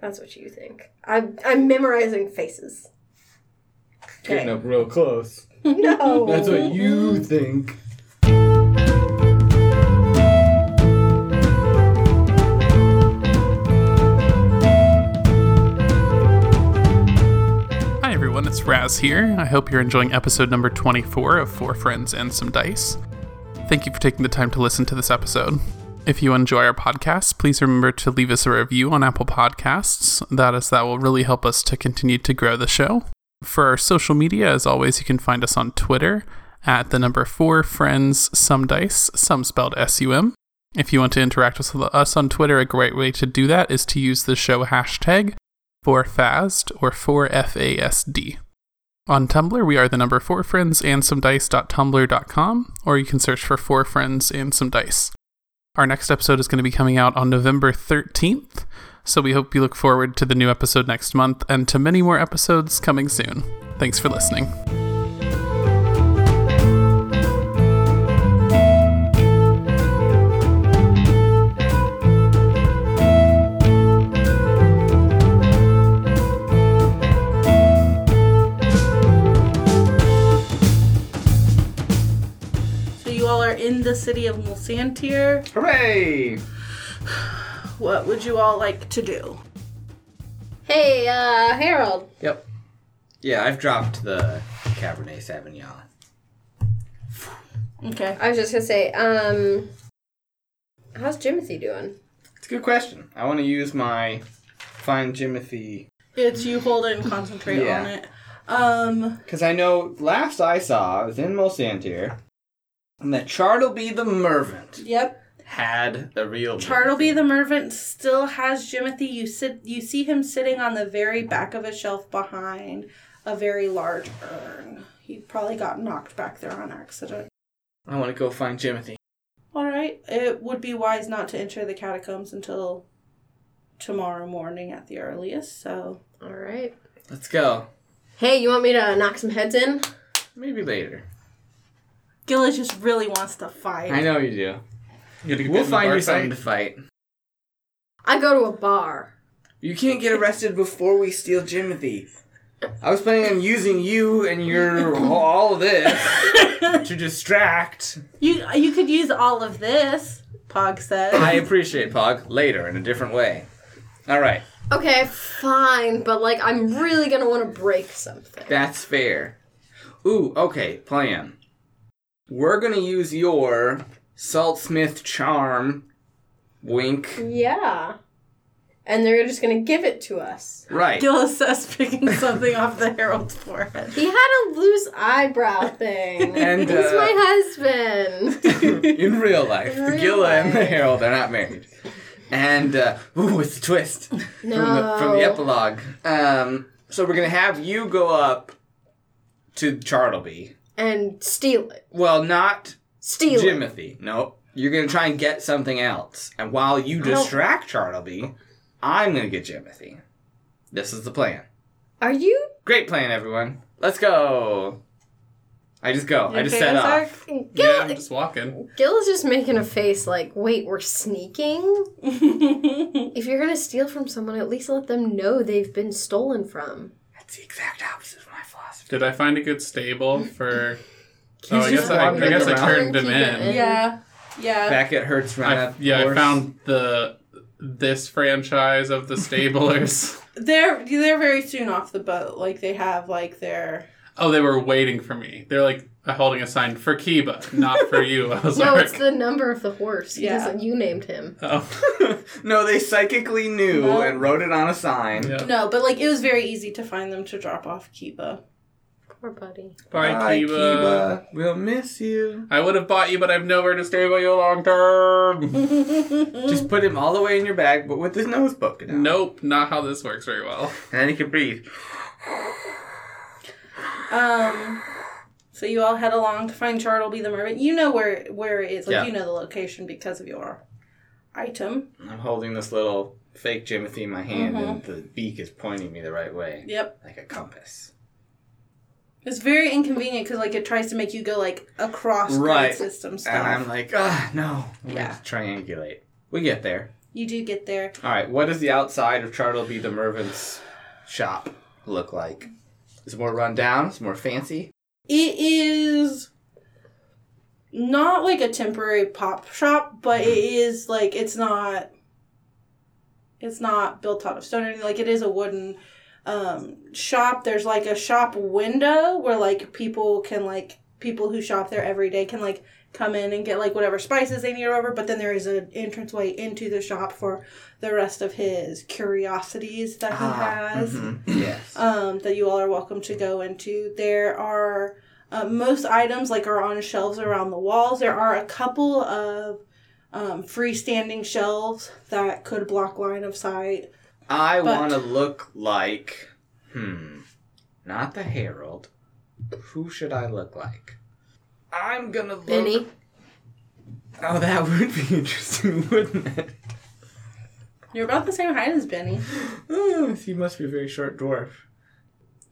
That's what you think. I'm I'm memorizing faces.
Getting up real close.
No.
what you think.
Hi everyone, it's Raz here. I hope you're enjoying episode number 24 of Four Friends and Some Dice. Thank you for taking the time to listen to this episode. If you enjoy our podcast, please remember to leave us a review on Apple Podcasts. That is that will really help us to continue to grow the show. For our social media, as always, you can find us on Twitter at the number 4 friends some dice, some spelled S U M. If you want to interact with us on Twitter, a great way to do that is to use the show hashtag for FASD or for FASD. On Tumblr, we are the number 4 friends and some dice.tumblr.com, or you can search for 4 friends and some dice. Our next episode is going to be coming out on November 13th, so we hope you look forward to the new episode next month and to many more episodes coming soon. Thanks for listening.
So you all are in the city of Mulsantir.
Hooray!
What would you all like to do?
Hey, uh, Harold.
Yep. Yeah, I've dropped the Cabernet Sauvignon.
Okay.
I was just gonna say, um, how's Jimothy doing?
It's a good question. I want to use my fine Jimothy
It's you hold it and concentrate
Yeah.
on it. Um,
because I know last I saw I was in Mulsantir, and that Chartleby the Mervant
yep.
had a real
Chartleby the Mervant still has Jimothy. You sit you see him sitting on the very back of a shelf behind a very large urn. He probably got knocked back there on accident.
I want to go find Jimothy.
All right. It would be wise not to enter the catacombs until tomorrow morning at the earliest. So
All right.
Let's go.
Hey, you want me to knock some heads in?
Maybe later.
Gillis just really wants to fight.
I know you do. We'll find you something to fight.
I go to a bar.
You can't get arrested before we steal Jimothy. I was planning on using you and *laughs* your all of *laughs* this to distract.
You you could use all of this. Pog says.
I appreciate Pog later in a different way. All right,
Okay, fine, but like I'm really gonna want to break something.
that's fair. Ooh, okay, plan. We're gonna use your saltsmith charm. Wink.
Yeah. And they're just gonna give it to us.
Right.
*laughs* Gillis says, picking something off the herald's forehead.
He had a loose eyebrow thing.
*laughs* And,
He's
uh,
my
*laughs*
husband.
in real life,
In
the
real
Gila and the
life.
Herald are not married. And uh, ooh, it's a twist from, the, from
No.
the epilogue. Um, so we're gonna have you go up to Chartleby.
and steal it.
Well, not
Steal it.
Jimothy. Nope. You're gonna try and get something else, and while you
don't-
distract Chartleby, I'm gonna get Jimothy. This is the plan.
Are you
Great plan, everyone. Let's go. I just go. I just set
Ozark?
off.
Gil,
Yeah, I'm just walking.
Gil is just making a face like, wait, we're *laughs* sneaking? If you're gonna steal from someone, at least let them know they've been stolen from.
That's the exact opposite of my philosophy.
Did I find a good stable for? Oh, I
just
guess I, I
wandering
guess I
around.
turned him
Keep it
in.
in.
yeah. Yeah.
Back at Hertz
I,
Run.
yeah, I found the this franchise of the stablers.
They're they're very soon off the boat. Like they have like their
oh, they were waiting for me. They're like holding a sign for Kiba, not for you. I was
*laughs* No,
like,
it's the number of the horse. He
Yeah.
doesn't- you named him.
Uh,
oh,
*laughs* no, they psychically knew
No.
and wrote it on a sign.
yeah.
No, but like it was very easy to find them to drop off Kiba.
Poor buddy.
Bye, Kiba.
Kiba. We'll miss you.
I would have bought you, but I've nowhere to stable you long term.
Just put him all the way in your bag, but with his nose poking out.
nope, not how this works very well.
And then he can breathe.
Um so you all head along to find Chartleby the mermaid. You know where where it is. Like
Yeah.
you know the location because of your item.
I'm holding this little fake Jimothy in my hand, and the beak is pointing me the right way,
Yep.
like a compass.
It's very inconvenient because like it tries to make you go like across
Right.
grade system stuff.
And I'm like, ah, no. I'm
Yeah.
gonna triangulate. We get there.
you do get there.
All right. What does the outside of Chartleby the Mervin's shop look like? It's more run down. It's more fancy.
It is not like a temporary pop shop, but it is like it's not it's not built out of stone or anything. Like it is a wooden um shop. There's like a shop window where like people can like people who shop there every day can like come in and get like whatever spices they need or whatever, but then there is an entranceway into the shop for the rest of his curiosities that he has
mhm, Yes.
um, that you all are welcome to go into. There are uh, most items like are on shelves around the walls. There are a couple of um, freestanding shelves that could block line of sight.
I
but-
want to look like. Hmm. Not the Herald. Who should I look like? I'm gonna look.
Benny.
Oh, that *laughs* would be interesting, wouldn't it?
You're about the same height as Benny.
Oh, he must be a very short dwarf.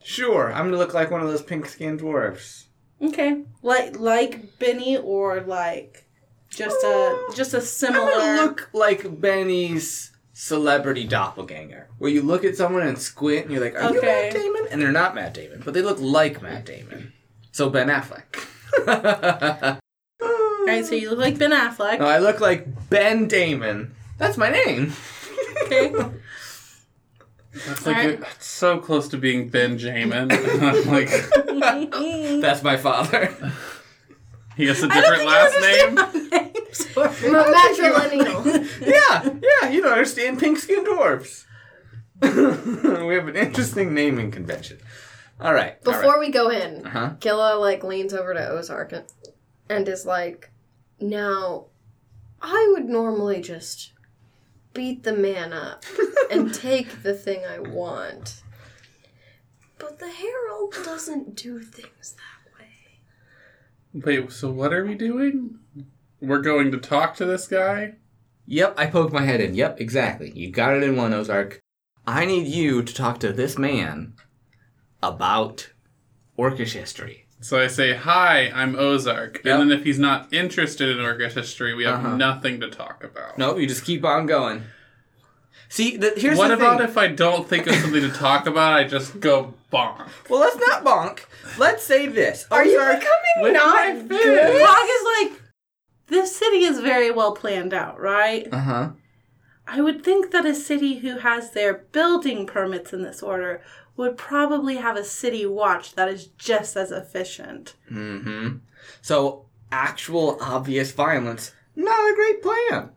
Sure, I'm gonna look like one of those pink skinned dwarfs.
Okay, like like Benny or like just a just a
I'm gonna
similar.
look like Benny's celebrity doppelganger, where you look at someone and squint, and you're like, "Are you
Okay.
Matt Damon?" And they're not Matt Damon, but they look like Matt Damon. So
*laughs*
Ben Affleck.
All right, so you look like Ben Affleck.
no, I look like Ben Damon. That's my name.
Okay.
That's like
Alright.
a- it's so close to being Ben
*laughs*
Jamin. *laughs* I'm like
*laughs* That's
*laughs*
my father.
he has a different last name.
I'm a matrilineal.
yeah, yeah. You don't understand pink skinned dwarfs. *laughs* we have an interesting naming convention. All right. all right.
Before we go in,
Uh-huh.
Gilla like leans over to Ozark and, and is like, "Now, I would normally just beat the man up and take the thing I want, but the Herald doesn't do things that way.
Wait, so what are we doing? We're going to talk to this guy.
Yep, I poked my head in. Yep, exactly. You got it in one, Ozark. I need you to talk to this man about Orcish history.
So I say, "Hi, I'm Ozark,"
Yep.
and then if he's not interested in Orcish history, we have
Uh-huh.
nothing to talk about.
No, you just keep on going. See, the, here's
What
the
about
thing.
if I don't think of something to talk about? I just go bonk.
Well, let's not bonk. Let's say this.
Are you
Ozark,
becoming not good?
Hog is like, this city is very well planned out, right?
Uh huh.
I would think that a city who has their building permits in this order would probably have a city watch that is just as efficient.
Mm hmm. So, actual obvious violence, not a great plan.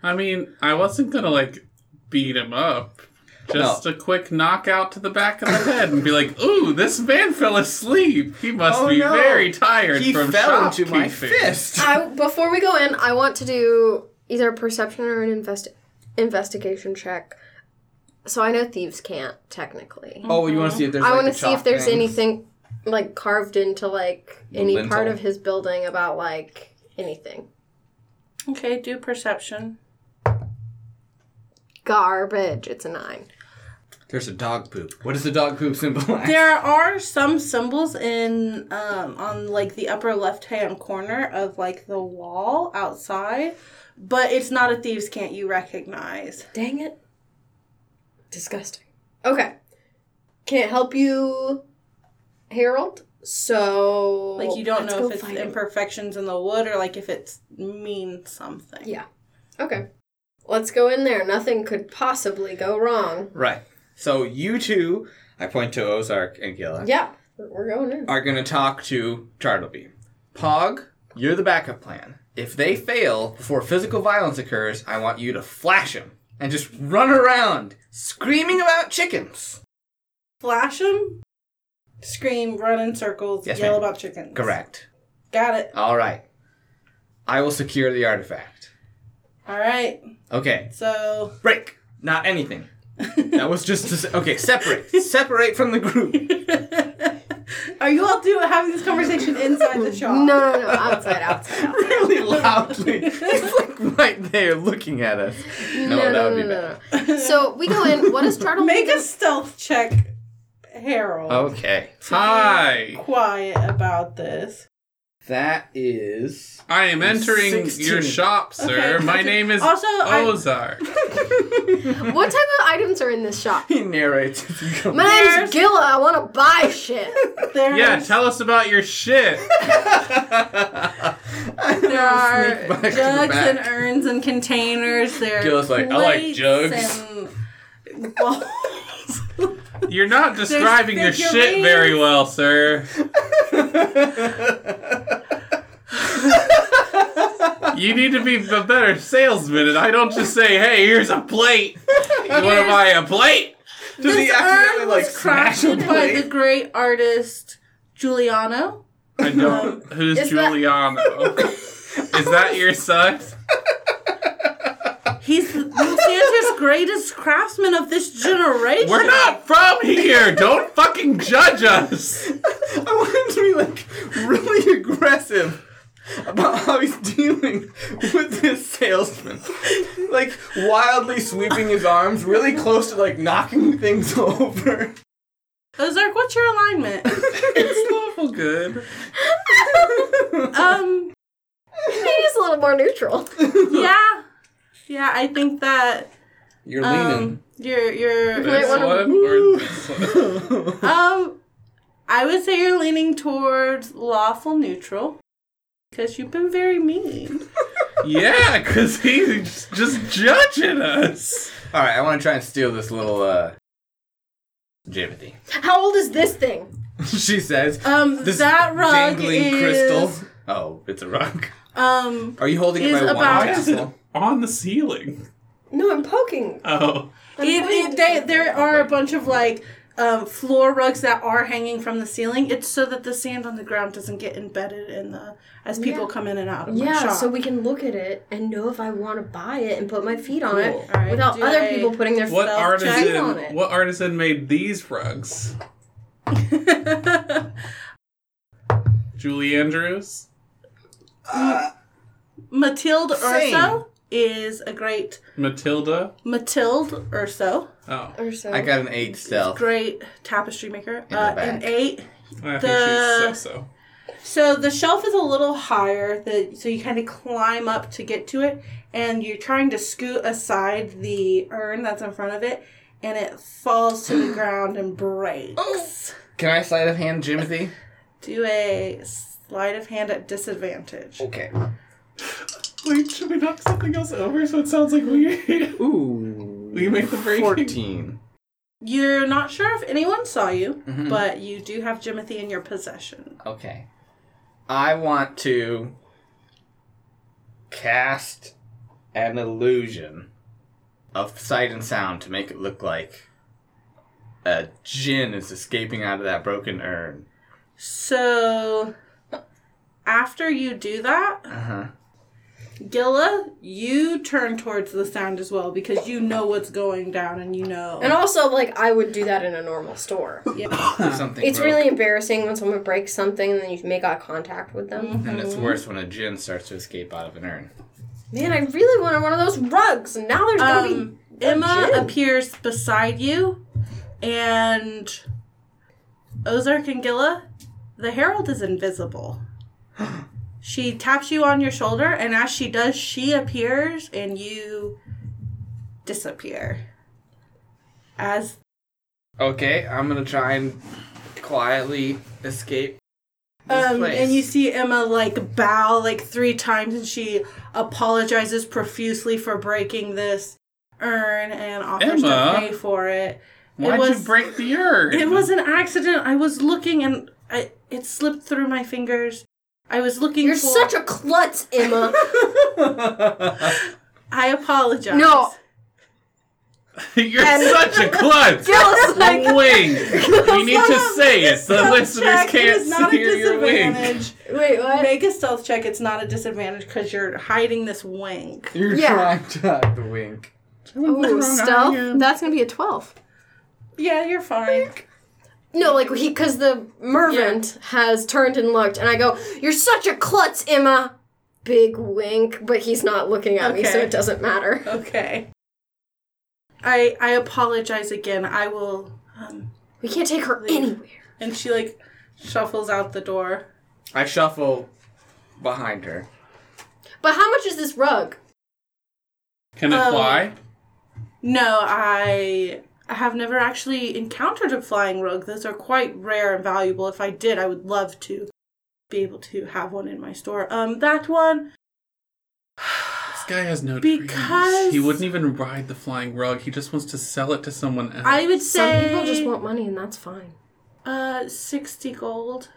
I mean, I wasn't gonna like beat him up. Just a quick knockout to the back of the head and be like, "Ooh, this man fell asleep. He must
Oh,
be
no.
very tired
He
from
fell into
shopkeeping."
my fist.
I, before we go in, I want to do either a perception or an invest, investigation check. So I know thieves can't technically.
Oh, you want to see if there's
I
like,
want to
the
see if
chalk
there's
thing?
anything like carved into like any
Lintel.
part of his building about like anything.
Okay, do perception.
Garbage. It's a nine.
There's a dog poop. What does the dog poop symbolize?
There are some symbols in um, on like the upper left hand corner of like the wall outside, but it's not a thieves' can't you recognize.
Dang it. Disgusting. Okay. Can't help you, Harold. So
Like you don't
let's
know
go
if it's
fight him.
imperfections in the wood or like if it's means something.
Yeah. Okay. Let's go in there. Nothing could possibly go wrong.
Right. So you two, I point to Ozark and Gila,
Yeah. We're we're going in.
are going to talk to Tartleby. Pog, you're the backup plan. If they fail before physical violence occurs, I want you to flash them and just run around screaming about chickens.
Flash them, scream, run in circles,
Yes,
yell
ma'am.
about chickens.
Correct.
Got it.
All right. I will secure the artifact.
All right.
Okay.
So
Break. Not anything. that was just to s okay. Separate. separate from the group.
are you all doing having this conversation inside the shop?
No, no, no. Outside, outside. outside.
really loudly. He's like right there looking at us. *laughs* No,
No,
that
no,
would be
no, no,
bad.
no. So we go in.
*laughs*
What does Turtle
Make a
do?
stealth check, Harold.
Oh. Okay. Hi.
Quiet about this.
That is.
I am entering
16.
your shop, sir.
Okay.
My name is
Also, I-
Ozark.
What type of items are in this shop?
He narrates.
My name's Gilla. I want to buy *laughs* shit.
There's, *laughs*
Yeah, tell us about your shit.
there
sneak back
are
to the
jugs and
back.
urns and containers. There are
Gil's like, "I like
plates
jugs." *laughs*
and bowls.
You're not describing your shit very
figurines.
well, sir. you need to be a better salesman, and I don't just say, "Hey, here's a plate." You want to buy a plate?
Does he
this
accidentally
urn
like
was
smash a
crafted by the
plate?
great artist Giuliano.
I don't. Who's
Um, Is that-
Giuliano? Is that your son?
He's
*laughs*
Santa's greatest craftsman of this generation.
We're not from here. Don't fucking judge us.
*laughs* I want him to be like really aggressive about how he's dealing with this salesman. Like wildly sweeping his arms really close to like knocking things *laughs* over.
Ozark, what's your alignment?
It's awful good.
um,
He's a little more neutral.
yeah, yeah. I think that
You're
um, you're you're
Wait,
This
what-
one or this one?
um, I would say you're leaning towards lawful neutral because you've been very mean.
Yeah, because he's just judging us.
All right, I want to try and steal this little uh Jimothy.
How old is this thing?
*laughs* she says.
Um,
This
that rug
dangling
is
crystal. Oh, it's a rock.
um.
Are you holding it
Is
by
about-
one tassel?
On the ceiling.
No, I'm poking.
Oh.
It,
pointing
it, they, there are a bunch of like um, floor rugs that are hanging from the ceiling. It's so that the sand on the ground doesn't get embedded in the as people
Yeah.
come in and out of my
Yeah,
shop.
so we can look at it and know if I want to buy it and put my feet on
Cool.
it
Alright,
without
do
other
I-
people putting their
What
feet
Self-check
artisan?
on it.
What artisan made these *laughs* rugs? Julie Andrews.
Matilde
Same.
Urso is a great
Matilda.
Matilde Urso,
Oh,
or so.
I got an eight stealth.
great tapestry maker.
the
Uh,
back.
an eight.
I think
The-
she's so-so.
So the shelf is a little higher, that so you kind of climb up to get to it, and you're trying to scoot aside the urn that's in front of it, and it falls to the ground and breaks.
Can I sleight of hand Jimothy?
Do a sleight of hand at disadvantage.
Okay.
Wait, should we knock something else over so it sounds like we
Ooh.
*laughs* we make the breaking? *laughs*
14.
You're not sure if anyone saw you, but you do have Jimothy in your possession.
Okay. I want to cast an illusion of sight and sound to make it look like a djinn is escaping out of that broken urn.
So after you do that,
Uh-huh.
Gilla, you turn towards the sound as well because you know what's going down and you know.
and also, like, I would do that in a normal store.
Something
It's
broke.
really embarrassing when someone breaks something and then you make eye contact with them.
And it's worse when a djinn starts to escape out of an urn.
Man, I Um, really wanted one of those rugs, and now there's gonna
Um, Emma appears Um, beside you, And Ozark and Gilla, the Herald is *gasps* invisible. she taps you on your shoulder, and as she does, she appears and you disappear. As
Okay, I'm gonna try and quietly escape. This
Um,
place.
and you see Emma like bow like three times, and she apologizes profusely for breaking this urn and offers
Emma?
to pay for it.
Why'd
it was
you break the urn?
*laughs*
*laughs*
it was an accident. I was looking, and I, it slipped through my fingers. I was looking.
You're
for,
such a klutz, *laughs* Emma.
I apologize.
No.
You're
And-
such
*laughs*
a klutz.
*laughs* Gil's
*laughs*
like,
Wing. You need to say it. The
Stealth
listeners
check
can't
is not a
hear your wing.
disadvantage.
wait, what?
Make a stealth check. It's not a disadvantage because you're hiding this wing.
You're
Yeah.
trying to hide the wink.
Ooh, stealth. That's gonna be a twelve.
Yeah, you're fine.
No, like he, because the Mervant has turned and looked, and I go, "You're such a klutz, Emma." Big wink, but he's not looking at me, so
Okay.
it doesn't matter.
Okay. I I apologize again. I will. Um,
We can't take her anywhere.
and she like shuffles out the door.
I shuffle behind her.
But how much is this rug?
Can it
Um,
fly?
No, I I have never actually encountered a flying rogue. Those are quite rare and valuable. If I did, I would love to be able to have one in my store. Um, that one.
This guy has no
because-
dreams. He wouldn't even ride the flying rug. He just wants to sell it to someone else.
I would say
Some people just want money, and that's fine.
uh sixty gold.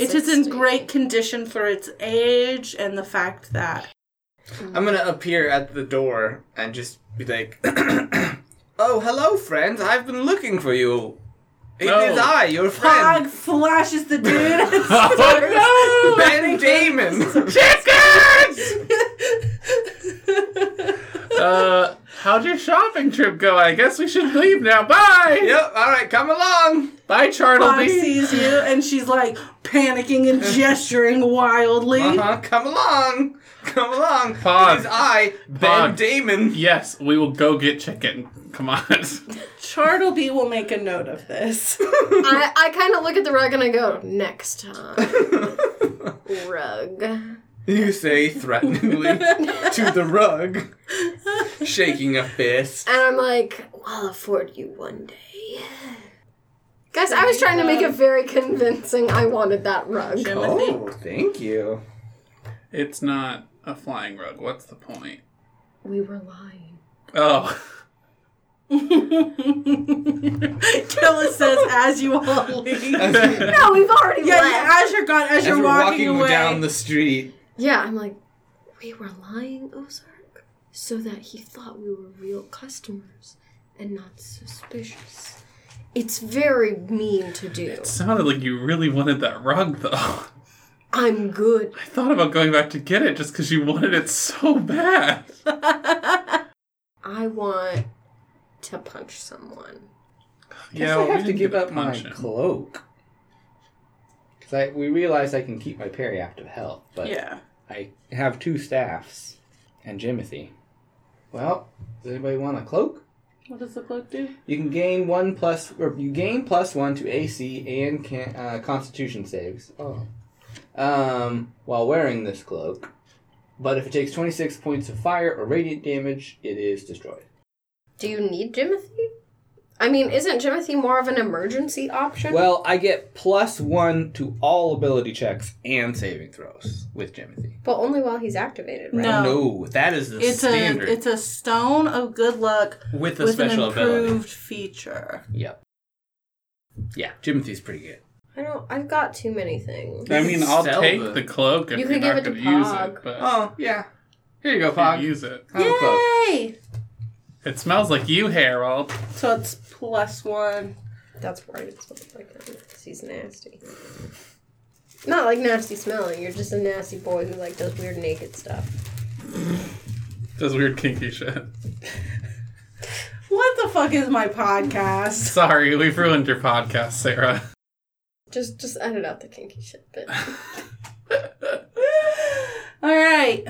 It is in
60.
great condition for its age and the fact
*laughs*
that Mm.
I'm gonna appear at the door and just be like, *clears throat* "Oh, hello, friends. I've been looking for you. It is
No.
I, your
Fog
friend,
flashes the
*laughs*
dude.
*laughs*
*laughs*
*laughs* Oh,
Ben Damon." *laughs*
no! uh, how'd your shopping trip go? I guess we should leave now. Bye!
yep. All right, come along.
Bye,
Fox
Chartleby!
sees you and she's like panicking and gesturing wildly.
*laughs*
Uh huh. *laughs* Come along. Come along.
Pog.
It is I, Ben
Pog.
Damon.
Yes, we will go get chicken. Come on. *laughs*
Chartleby will make a note of this. *laughs*
I, I kind of look at the rug and I go, "Next
*laughs*
time, rug."
*laughs* You say threateningly to the rug, shaking a fist.
And I'm like, I'll afford you one day. Guys, I was trying to make it very convincing I wanted that rug.
Timothy.
Oh, thank you.
it's not a flying rug. What's the point?
We were lying.
Oh.
Killa says as you all leave. Yeah, *laughs*
No, we've already
yeah, as you're gone, as,
As
you're
we're
walking,
walking
away.
down the street,
Yeah, I'm like, we were lying, Ozark, so that he thought we were real customers and not suspicious. It's very mean to do.
It sounded like you really wanted that rug, though. *laughs* I
I'm good.
thought about going back to get it just because you wanted it so bad.
I want to punch someone.
Guess I
we
have to
didn't
give
get
up my
punch in.
cloak. Because I we realize I can keep my parry after health, but
yeah.
I have two staffs and Jimothy. Well, does anybody want a cloak?
What does the cloak do?
You can gain one plus, or you gain plus one to AC and can, uh, Constitution saves. Oh. Um, while wearing this cloak, but if it takes twenty six points of fire or radiant damage, it is destroyed.
Do you need Jimothy? I mean, isn't Jimothy more of an emergency option?
Well, I get plus one to all ability checks and saving throws with Jimothy.
but only while he's activated, right?
No.
No, that is the
It's
standard
a it's a stone of good luck
with a
with an
special
improved
ability.
feature.
Yep. Yeah, Timothy's pretty good.
I don't. I've got too many things.
I mean, I'll
Sell
take
the-
the cloak if
You
you
could
are
give
not
it to
going to use it,
Pog.
but
Oh yeah, here you go,
you could
Pog.
use it.
Have a cloak.
Yay!
It smells like you, Harold.
So it's plus one.
That's why it smells like that. 'cause He's nasty. Not like nasty smelling. You're just a nasty boy who like does weird naked stuff.
Does weird kinky shit.
What the fuck is my podcast?
Sorry, we've ruined your podcast, Sarah.
Just just edit out the kinky shit bit.
All right.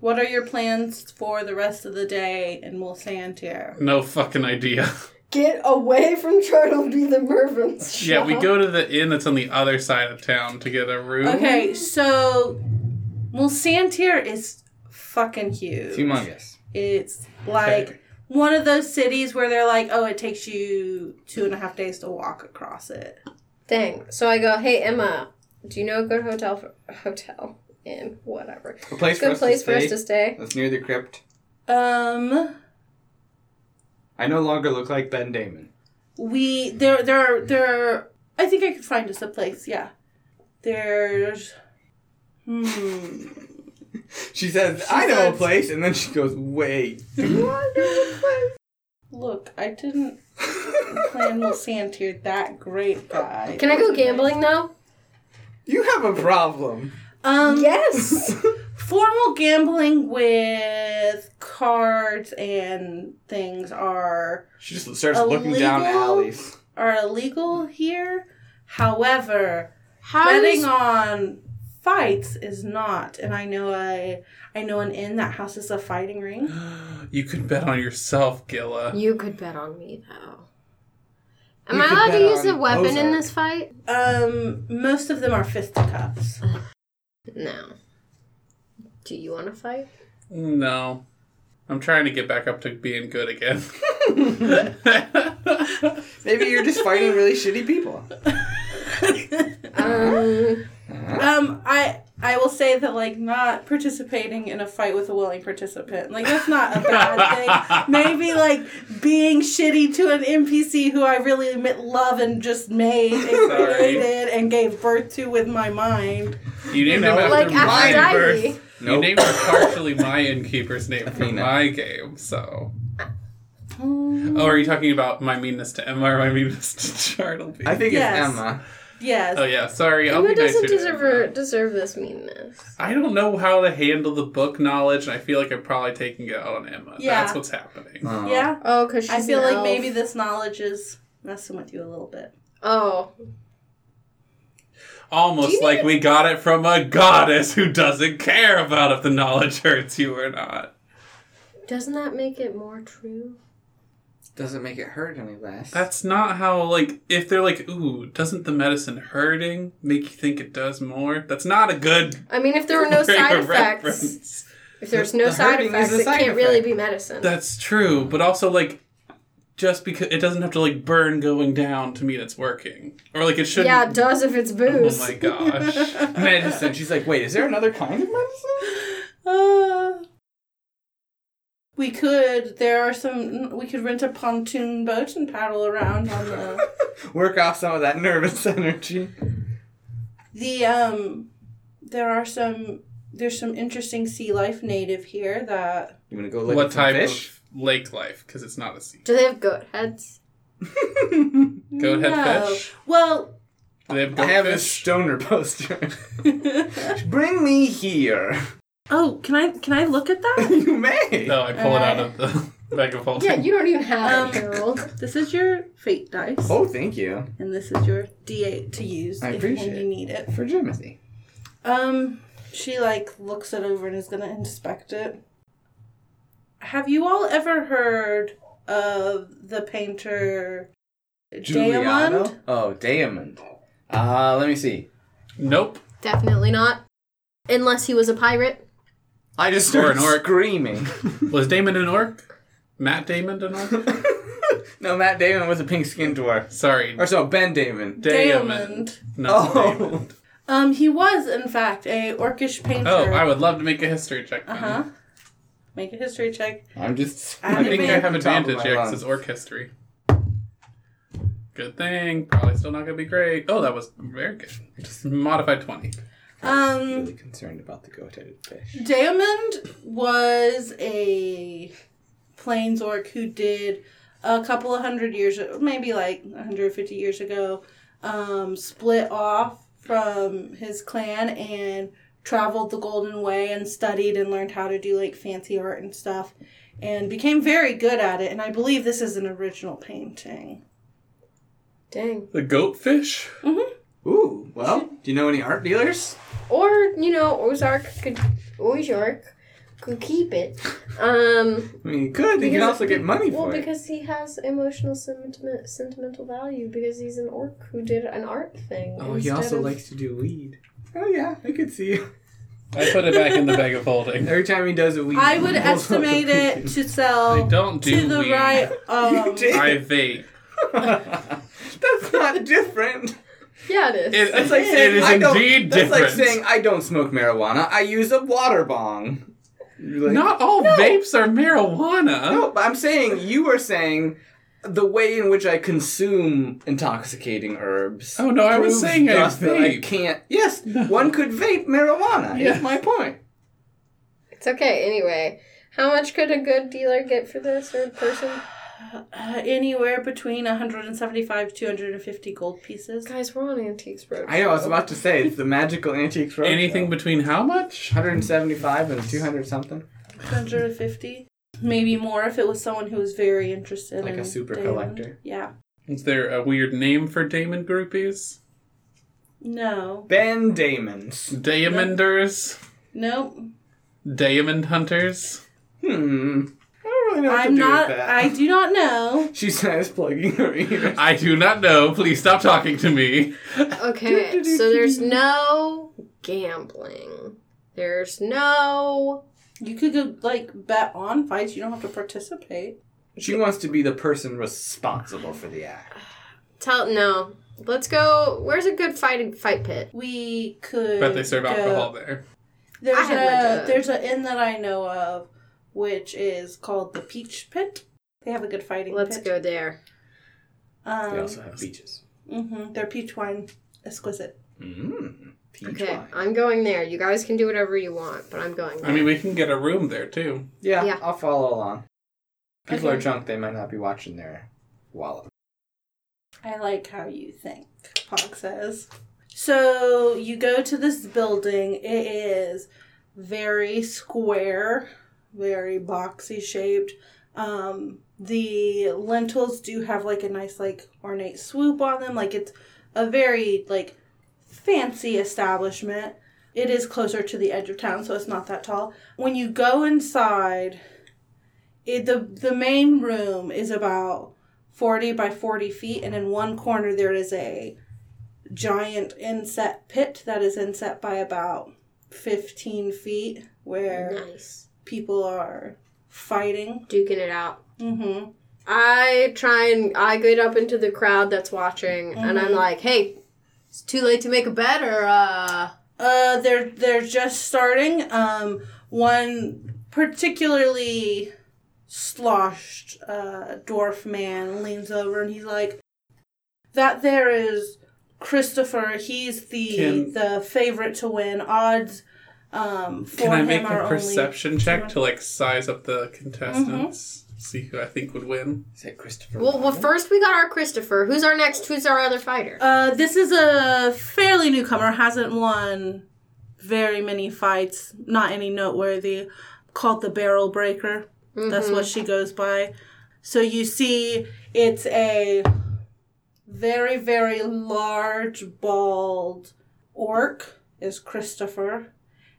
What are your plans for the rest of the day in Mulsantir?
No fucking idea.
*laughs*
*laughs*
Get away from Turtleby the Mervin's
Yeah, we
shop.
go to the inn that's on the other side of town to get a room.
Okay, so well, Santir is fucking huge.
It's humongous.
It's like one of those cities where they're like, oh, it takes you two and a half days to walk across it.
Dang. So I go, hey Emma, do you know a good hotel for hotel in whatever?
A place for
Good
us
place
to
for us
stay.
to stay.
That's near the crypt.
Um,
I no longer look like Ben Damon.
we there there there. I think I could find us a place. Yeah, there's. Hmm.
She says, "I know
says-
a place," and then she goes, "Wait."
Look, I didn't plan Will Santir that great, guy.
Can I go gambling now?
*laughs* you have a problem.
Um,
*laughs* Yes.
formal gambling with cards and things are
She just starts looking
Illegal?
down alleys.
are illegal here. However,
How
betting
is-
on fights is not. And I know a, I know an inn that houses a fighting ring.
You could bet on yourself, Gilla.
You could bet on me though. Am
You
I
could
allowed
bet
to use a
on
weapon in
Ozark.
this fight?
Um, most of them are fisticuffs.
No. Do you want to fight?
No. I'm trying to get back up to being good again. *laughs*
Maybe you're just fighting really shitty people.
Um,
Um, I I will say that like not participating in a fight with a willing participant, like that's not a bad thing. Maybe like being shitty to an NPC who I really mi- love and just made and
Sorry.
created and gave birth to with my mind.
You named
know,
him after
like
my birth.
Aphrodite.
You
Nope.
named her partially my innkeeper's name from
Athena.
my game, so. Oh, are you talking about my meanness to Emma or my meanness to Chartleby?
I think
Yes.
it's Emma.
Yes.
Oh yeah, sorry. I'll be
Emma
nice
doesn't
to
deserve
Emma.
deserve this meanness.
I don't know how to handle the book knowledge, and I feel like I'm probably taking it out on Emma.
Yeah.
That's what's happening.
Oh.
Yeah.
Oh, because
I feel like maybe this knowledge is messing with you a little bit.
Oh, Do
Almost
you
like
need-
we got it from a goddess who doesn't care about if the knowledge *laughs* hurts you or not.
doesn't that make it more true?
Doesn't make it hurt any less.
That's not how, like, if they're like, ooh, doesn't the medicine hurting make you think it does more? That's not a good.
I mean, if there were no
frame
side
of
effects,
reference.
if there's no
The
side
hurting is
effects,
a
it
side
can't really
effect.
be medicine.
That's true, but also, like, just because it doesn't have to, like, burn going down to mean it's working. Or, like, it shouldn't.
yeah, it does if it's
oh
booze.
my gosh.
*laughs*
medicine. She's like, "Wait, is there another kind of medicine?"
Uh, we could. There are some. We could rent a pontoon boat and paddle around on the. *laughs*
Work off some of that nervous *laughs* energy.
the um there are some there's some interesting sea life native here that
You wanna go look
what
at some
type
fish?
of lake life? Because it's not a sea.
Do they have goat heads?
Goat head
No.
fish?
well
Do they have
I
goat
have a
fish?
stoner poster. *laughs* Bring me here. *laughs*
oh can i can i look at *laughs* that
You may.
No, I pull it out of the *laughs* bag of holding.
Yeah, you don't even have
Um,
it, Harold.
this is your fate dice
Oh, thank you
and this is your d8 to use
I
if
appreciate
when
it.
you need it
for Jimothy.
um she like looks it over and is gonna inspect it have you all ever heard of the painter Diamond?
Giuliano? Oh, Diamond. Uh, let me see.
Nope.
*laughs* Definitely not. Unless he was a pirate.
I just
Or an
started
orc.
screaming. *laughs*
Was Damon an orc? Matt Damon
*laughs*
an orc?
no, Matt Damon was a pink-skinned dwarf.
Sorry.
Oh.
Or so, Ben Damon.
Damon.
Diamond.
No. Damon.
Oh.
Um, he was in fact a orcish painter.
Oh, I would love to make a history check.
Uh
then.
Uh-huh.
huh. Make a history check.
I'm just.
I
I think I
Advantage.
have advantage, yeah, because it's
orc.
orc history. Good thing. Probably still not going to be great. Oh, that was very good. Just modified 20.
Um,
Really concerned about the goat-headed fish.
Diamond was a plains orc who did a couple of hundred years, maybe like 150 years ago, um, split off from his clan and traveled the Golden Way and studied and learned how to do like fancy art and stuff and became very good at it. And I believe this is an original painting.
Dang.
The goatfish?
Ooh. Well, do you know any art dealers?
Or, you know, Ozark could Ozark could keep it. Um,
I mean, you could. You can
because-
also get *laughs* money
well,
for it.
because he has emotional sentiment, sentimental value because he's an orc who did an art thing.
Oh, he
instead
also
of-
likes to do weed. Oh yeah, I could see. you.
I put it back in the bag of
*laughs*
holding.
Every time he does a weed,
I
he *laughs*
would
pulls out the
estimate it
weed.
to sell
I don't do
to the
weed.
*laughs*
right.
You
Um,
*laughs* did.
I vape.
*laughs* That's not different.
Yeah, it is.
It-
That's like saying
is
I don't,
indeed
That's like
different.
saying I don't smoke marijuana. I use a water bong. You're like,
Not all vapes are marijuana.
no, but I'm saying you were saying the way in which I consume intoxicating herbs.
Oh, no, I was
proves
saying I
thus that I
vape.
can't. Yes, one could vape marijuana.
Yeah.
Is my point.
It's okay. Anyway, how much could a good dealer get for this or person?
uh, anywhere between 175 250 gold pieces.
Guys, we're on Antiques Roadshow.
I know. I was about to say it's the magical antiques roadshow.
Anything between how much?
175 and 200 something.
150 maybe more if it was someone who was very interested
Like a
in
super
Damon.
collector.
yeah
Is there a weird name for Damon groupies?
no
Ben Damon's.
Diamonders?
nope
Diamond hunters?
Hmm. I don't really know what
i'm
to do
not
with that.
i do not know
*laughs* She says plugging her ears.
I do not know. Please stop talking to me.
Okay, so there's no gambling. There's no.
you could go like bet on fights you don't have to participate
She wants to be the person responsible for the act.
Tell. No. Let's go. Where's a good fighting fight pit?
we could
But they serve
go-
alcohol there.
I
there's
have my
a
jug.
there's an inn that i know of which is called the peach pit they have a good fighting
Let's
pit.
go there.
um,
They also have beaches.
mhm, their peach wine exquisite
Mmm. Peach
Okay,
wine.
I'm going there. You guys can do whatever you want, but I'm going. There.
I mean, we can get a room there too.
Yeah,
Yeah.
I'll follow along. People
Okay.
are drunk, they might not be watching their wallet.
I like how you think, Pog says. So you go to this building. It is very square, very boxy shaped. Um, the lentils do have like a nice, like ornate swoop on them. Like it's a very like fancy establishment. It is closer to the edge of town, so it's not that tall. When you go inside, it, the the main room is about 40 by 40 feet, and in one corner there is a giant inset pit that is inset by about 15 feet where
nice.
people are fighting.
Duking it out.
Mm-hmm.
I try and I get up into the crowd that's watching, and
Mm-hmm.
I'm like, "Hey, it's too late to make a bet, or uh,
Uh, they're they're just starting. Um, one particularly sloshed uh, dwarf man leans over and he's like, "That there is Christopher. He's the
Can-
the favorite to win. Odds um, for
Can I
him
make
are
a perception check to like size up the contestants? See who I think would win.
Is that Christopher?
well, well,
Robin?
first we got our Christopher. Who's our next? Who's our other fighter?
only." Uh, this is a fairly newcomer. Hasn't won very many fights. Not any noteworthy. Called the Barrel Breaker. That's what she goes by. So you see, it's a very, very large, bald orc, is Christopher.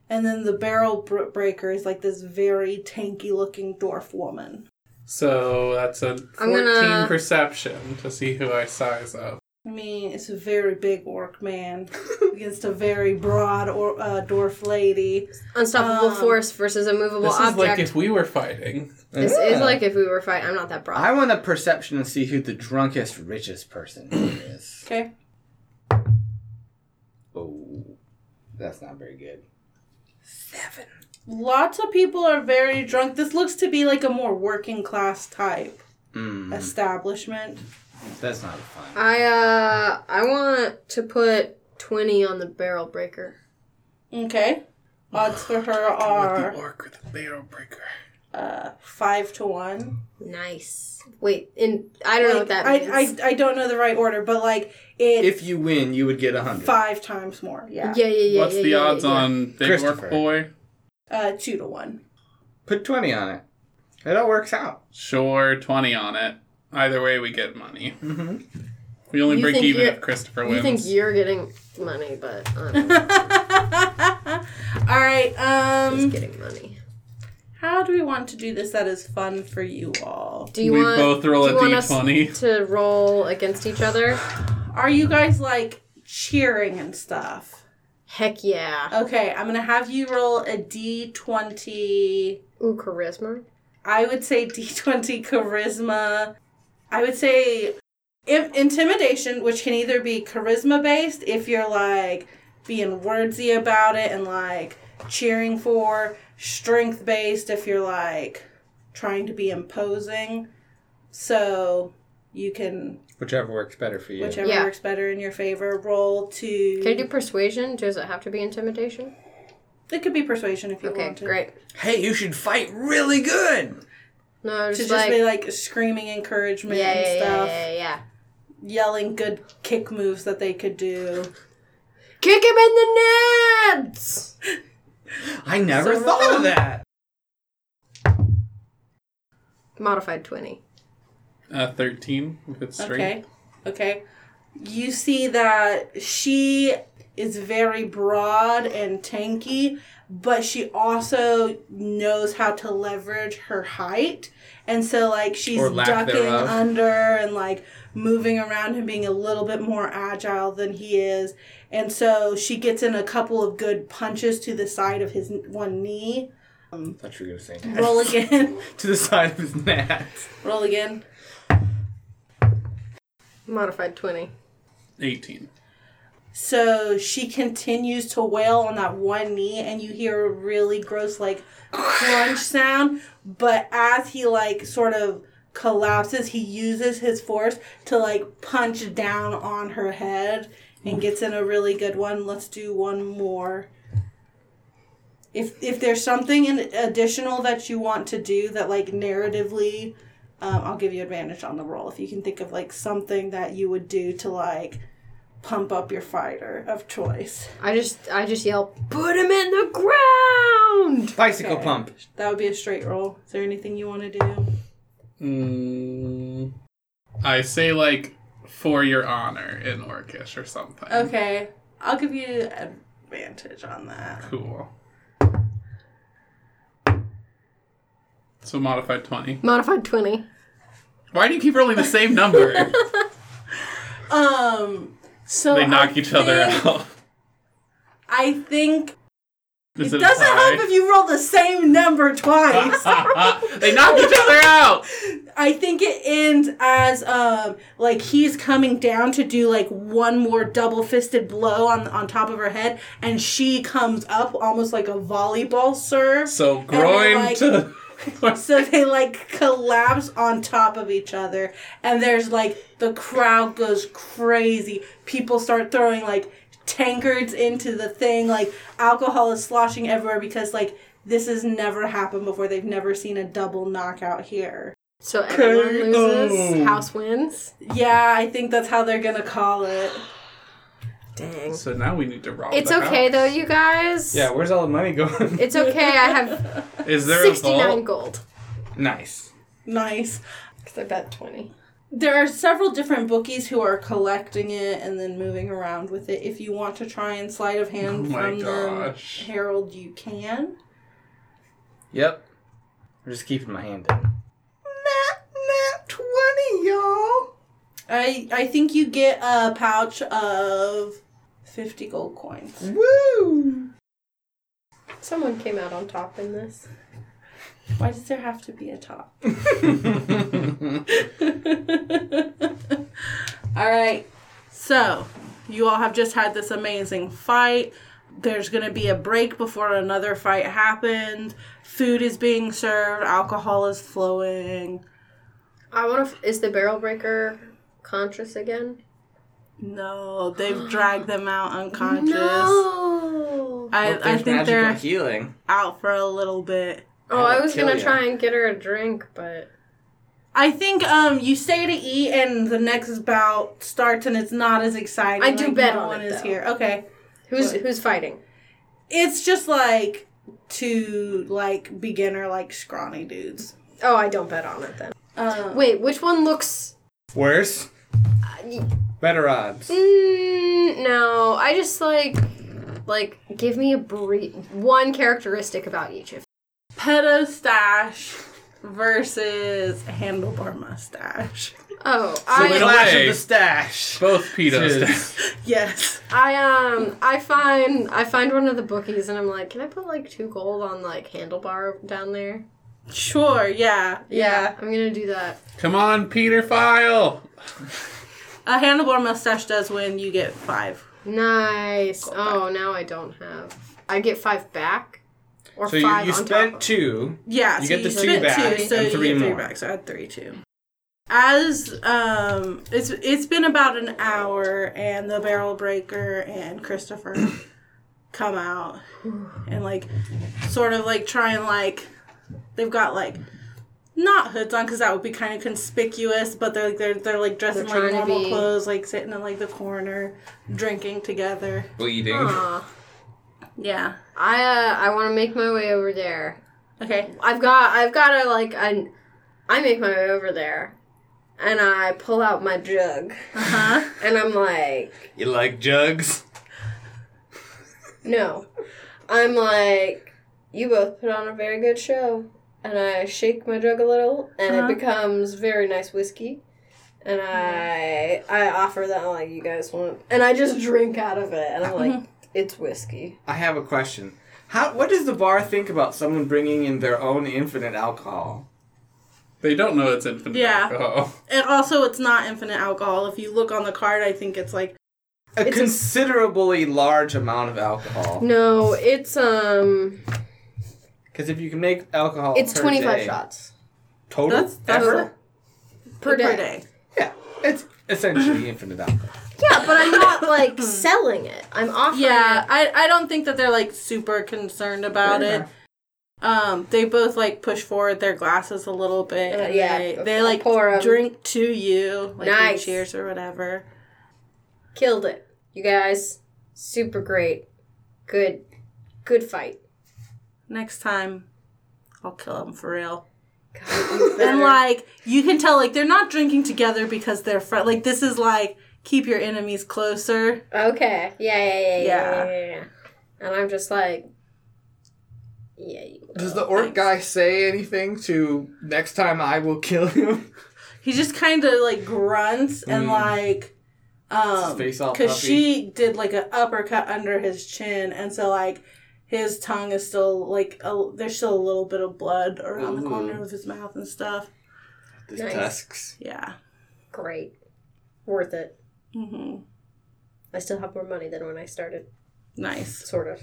And then the barrel br- breaker is like this very tanky looking dwarf woman.
So that's a 14
I'm gonna-
perception to see who I size up.
I mean, it's a very big orc man against a very broad or, uh, dwarf lady.
Unstoppable
Um,
force versus a movable
This is
object.
like if we were fighting.
this is
Yeah.
like if we were fighting. I'm not that broad.
I want a perception to see who the drunkest, richest person
*clears throat*
is.
Okay.
Oh, that's not very good.
Lots of people are very drunk. This looks to be like a more working class type
Mm,
establishment.
that's not fun.
I uh, I want to put twenty on the barrel breaker.
Okay. Odds for her
With
are
the orc or the barrel breaker.
uh, five to one.
Nice. Wait, and I don't know what
Like,
that
I,
means.
I I don't know the right order, but like it's
If you win, you would get a hundred.
five times more. Yeah.
yeah, yeah, yeah.
What's
yeah,
the
yeah,
odds
yeah.
on Big Orc
Christopher.
Boy?
Uh, two to one.
Put twenty on it. It all works out.
Sure, 20 on it. Either way, we get money. We only
You
break
think
even
you're-
if Christopher
You
wins.
think you're getting money,
*laughs*
but I'm
All right. Um.
getting money.
How do we want to do this that is fun for you all?
Do you
we
want
both roll
do you want
a
us
d20.
to roll against each other?
Are you guys like cheering and stuff?
Heck yeah.
Okay, I'm gonna have you roll a d20.
Ooh, charisma.
I would say d20 charisma. I would say if intimidation, which can either be charisma based if you're like being wordsy about it and like cheering for, strength based if you're like trying to be imposing. So you can
Whichever works better for you.
whichever
Yeah.
works better in your favor roll to
Can I do persuasion? Does it have to be intimidation?
it could be persuasion if you
Okay,
want to.
great.
Hey, you should fight really good.
To
No, just,
just
like,
be like screaming encouragement
yeah,
and
yeah, yeah,
stuff.
yeah, yeah.
yelling good kick moves that they could do.
Kick him in the nuts.
I never thought of that.
Modified twenty.
Uh, 13 if it's straight.
Okay. Okay. You see that she is very broad and tanky, but she also knows how to leverage her height. And so, like, she's
Or lack
ducking
thereof.
under and, like, moving around and being a little bit more agile than he is. And so she gets in a couple of good punches to the side of his n- one knee.
I thought you were gonna say
Roll again.
*laughs*
*laughs*
to the side of his mat.
Roll again.
Modified twenty.
18.
So she continues to wail on that one knee, and you hear a really gross, like, crunch sound. But as he, like, sort of collapses, he uses his force to, like, punch down on her head and gets in a really good one. Let's do one more. If, if there's something in additional that you want to do that, like, narratively, um, I'll give you advantage on the roll. If you can think of, like, something that you would do to, like, pump up your fighter of choice.
I just, I just yell, put him in the ground.
Bicycle
Okay.
pump.
That would be a straight roll. Is there anything you want to do?
Mm, I say, like, for your honor in Orcish or something.
Okay, I'll give you advantage on that.
Cool. So modified 20.
Modified twenty.
Why do you keep rolling the same
*laughs*
number?
Um, so
they knock
I
each other
think-
*laughs*
out.
*laughs* I think
Is
it
a
doesn't
tie?
help if you roll the same
*laughs*
number twice.
they knock each other
*laughs*
out.
I think it ends as um like he's coming down to do like one more double fisted blow on on top of her head, and she comes up almost like a volleyball serve.
So
they're
groin
like-
to
So they like collapse on top of each other, and there's like the crowd goes crazy. People start throwing like tankards into the thing, like alcohol is sloshing everywhere because like this has never happened before. They've never seen a double knockout here.
So everyone loses.
K.O..
House wins.
Yeah, I think that's how they're gonna call it.
Dang.
So now we need to rob.
It's
the
okay
house.
though, you guys.
Yeah, where's all the money going?
It's okay. I have
Is *laughs* there a
sixty-nine
vault?
gold.
*laughs* nice.
Nice.
Cause I bet twenty.
There are several different bookies who are collecting it and then moving around with it. If you want to try and sleight of hand
Oh my
from them,
gosh.
Harold, you can.
Yep. I'm just keeping my hand in.
Nat, nat 20, y'all. I I think you get a pouch of 50 gold coins.
Woo!
Someone came out on top in this.
Why does there have to be a
*laughs*
top? all right. So, you all have just had this amazing fight. There's going to be a break before another fight happens. Food is being served, alcohol is flowing.
I want to. F- is the barrel breaker conscious again?
No, they've dragged them out unconscious.
No.
I,
Hope
I
there's
think
magical
they're
healing.
out for a little bit.
Oh, I
I'll
was
kill
gonna
ya.
try and get her a drink, but
I think um you stay to eat and the next bout starts and it's not as exciting.
I do bet
no
on
one
it,
is
though.
here. Okay.
who's
What?
who's fighting?
It's just like two like beginner like scrawny dudes.
Oh, I don't bet on it then.
Um,
Wait, which one looks?
Worse? Better odds.
Mm, no, I just like like give me a brief one characteristic about each of.
pedo stash versus handlebar mustache. *laughs*
Oh,
they
I
don't-
Flash
way.
of the stash.
Both pedos.
Just-
Yes.
I um I find I find one of the bookies and I'm like, can I put like two gold on like handlebar down there?
Sure. Yeah. Yeah.
I'm gonna do that.
Come on, Peter File.
A handlebar mustache does when you get five.
Nice. oh, now I don't have. I get five back, or
So you,
five
you
on
spent
top.
two.
Yeah.
You get the two
spent
back
so
and
you
three
get three
more.
back. So I had three two. As um, it's it's been about an hour, and the barrel breaker and Christopher *coughs* come out and like sort of like try and like they've got like not hoods on because that would be kind of conspicuous, but they're they're they're like dressed
They're
in like
trying to
normal
be-
clothes, like sitting in like the corner, drinking together.
Bleeding.
Aw.
Yeah.
Uh, I uh, I want to make my way over there.
Okay.
I've got I've got to like I I make my way over there, and I pull out my jug,
Uh huh.
Uh-huh.
and I'm like,
You like jugs?
no, I'm like, you both put on a very good show, and I shake my jug a little, and
Uh-huh.
it becomes very nice whiskey. And I I offer that like you guys want, and I just drink out of it, and I'm like, it's whiskey.
I have a question. How? What does the bar think about someone bringing in their own infinite alcohol?
They don't know it's infinite.
Yeah.
alcohol.
And also, it's not infinite alcohol. If you look on the card, I think it's like
A
It's a-
considerably large amount of alcohol.
No, it's um,
Because if you can make alcohol,
it's
Oh, per
twenty five
day
shots
total.
That's- that's
ever?
a-
per day.
per day.
Yeah, it's essentially
*laughs*
infinite alcohol.
Yeah, but I'm *laughs* not like selling it. I'm offering.
Yeah,
it.
I, I don't think that they're like super concerned about
Fair
it. Um, they both like push forward their glasses a little bit.
Uh,
and
yeah,
they,
I'll
they like
pour 'em.
drink to you, like they
Nice.
cheers or whatever.
killed it. You guys, super great, good, good fight.
Next time, I'll kill them for real.
*laughs* God, you better-
And like you can tell, like they're not drinking together because they're fr- like this is like keep your enemies closer.
okay, yeah, yeah, yeah, yeah,
Yeah.
yeah, yeah, yeah. And I'm just like, yeah, you-
Does the orc guy say anything to next time I will kill *laughs* him?
He just kind of like grunts and like um
Mm. His face all
because
puffy.
she did like an uppercut under his chin, and so like his tongue is still like a, there's still a little bit of blood around the
Ooh.
corner of his mouth and stuff.
These
Nice.
tusks.
Yeah.
great, worth it.
hmm
I still have more money than when I started,
Nice.
sort of.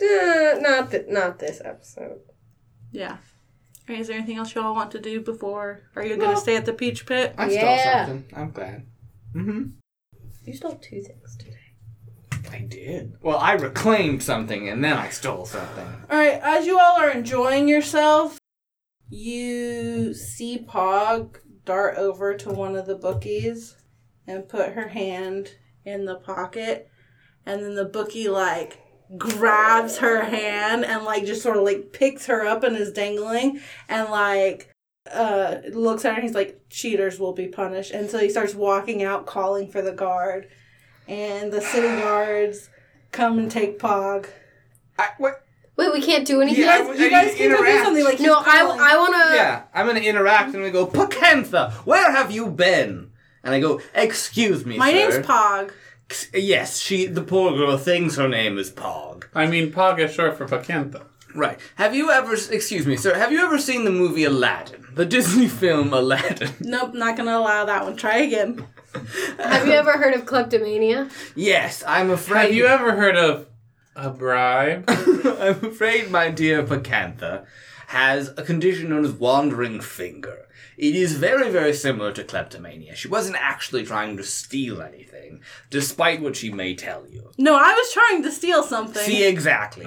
Uh, not th- not this episode.
Yeah. All right, Is there anything else you all want to do before? Are you gonna stay at the peach pit?
I
Yeah.
stole something. I'm glad. Mm-hmm.
You stole two things today.
I did. Well, I reclaimed something and then I stole something.
All right, as you all are enjoying yourself, you see Pog dart over to one of the bookies and put her hand in the pocket, and then the bookie like grabs her hand and like just sort of like picks her up and is dangling and like uh looks at her and he's like cheaters will be punished and so he starts walking out calling for the guard and the city guards come and take pog
I, what?
Wait, we can't do anything.
Yeah,
guys-
well,
you guys
you
can go do
interact.
something like
no,
keep
I
calling.
I want to.
Uh, yeah, I'm gonna interact and we go, Pacantha, where have you been? And I go, excuse me,
My
sir.
name's Pog.
Ex- Yes, she, the poor girl thinks her name is Pog.
I mean, Pog is short for Pacantha.
Right. Have you ever, excuse me, sir, have you ever seen the movie Aladdin? The Disney film Aladdin?
*laughs*
Nope, not gonna allow that one. Try again.
Have you ever heard of kleptomania?
yes, I'm afraid.
Have you ever heard of a
*laughs*
bribe?
I'm afraid my dear Pacantha has a condition known as wandering finger. It is very, very similar to kleptomania. She wasn't actually trying to steal anything, despite what she may tell you.
No, I was trying to steal something.
See, exactly.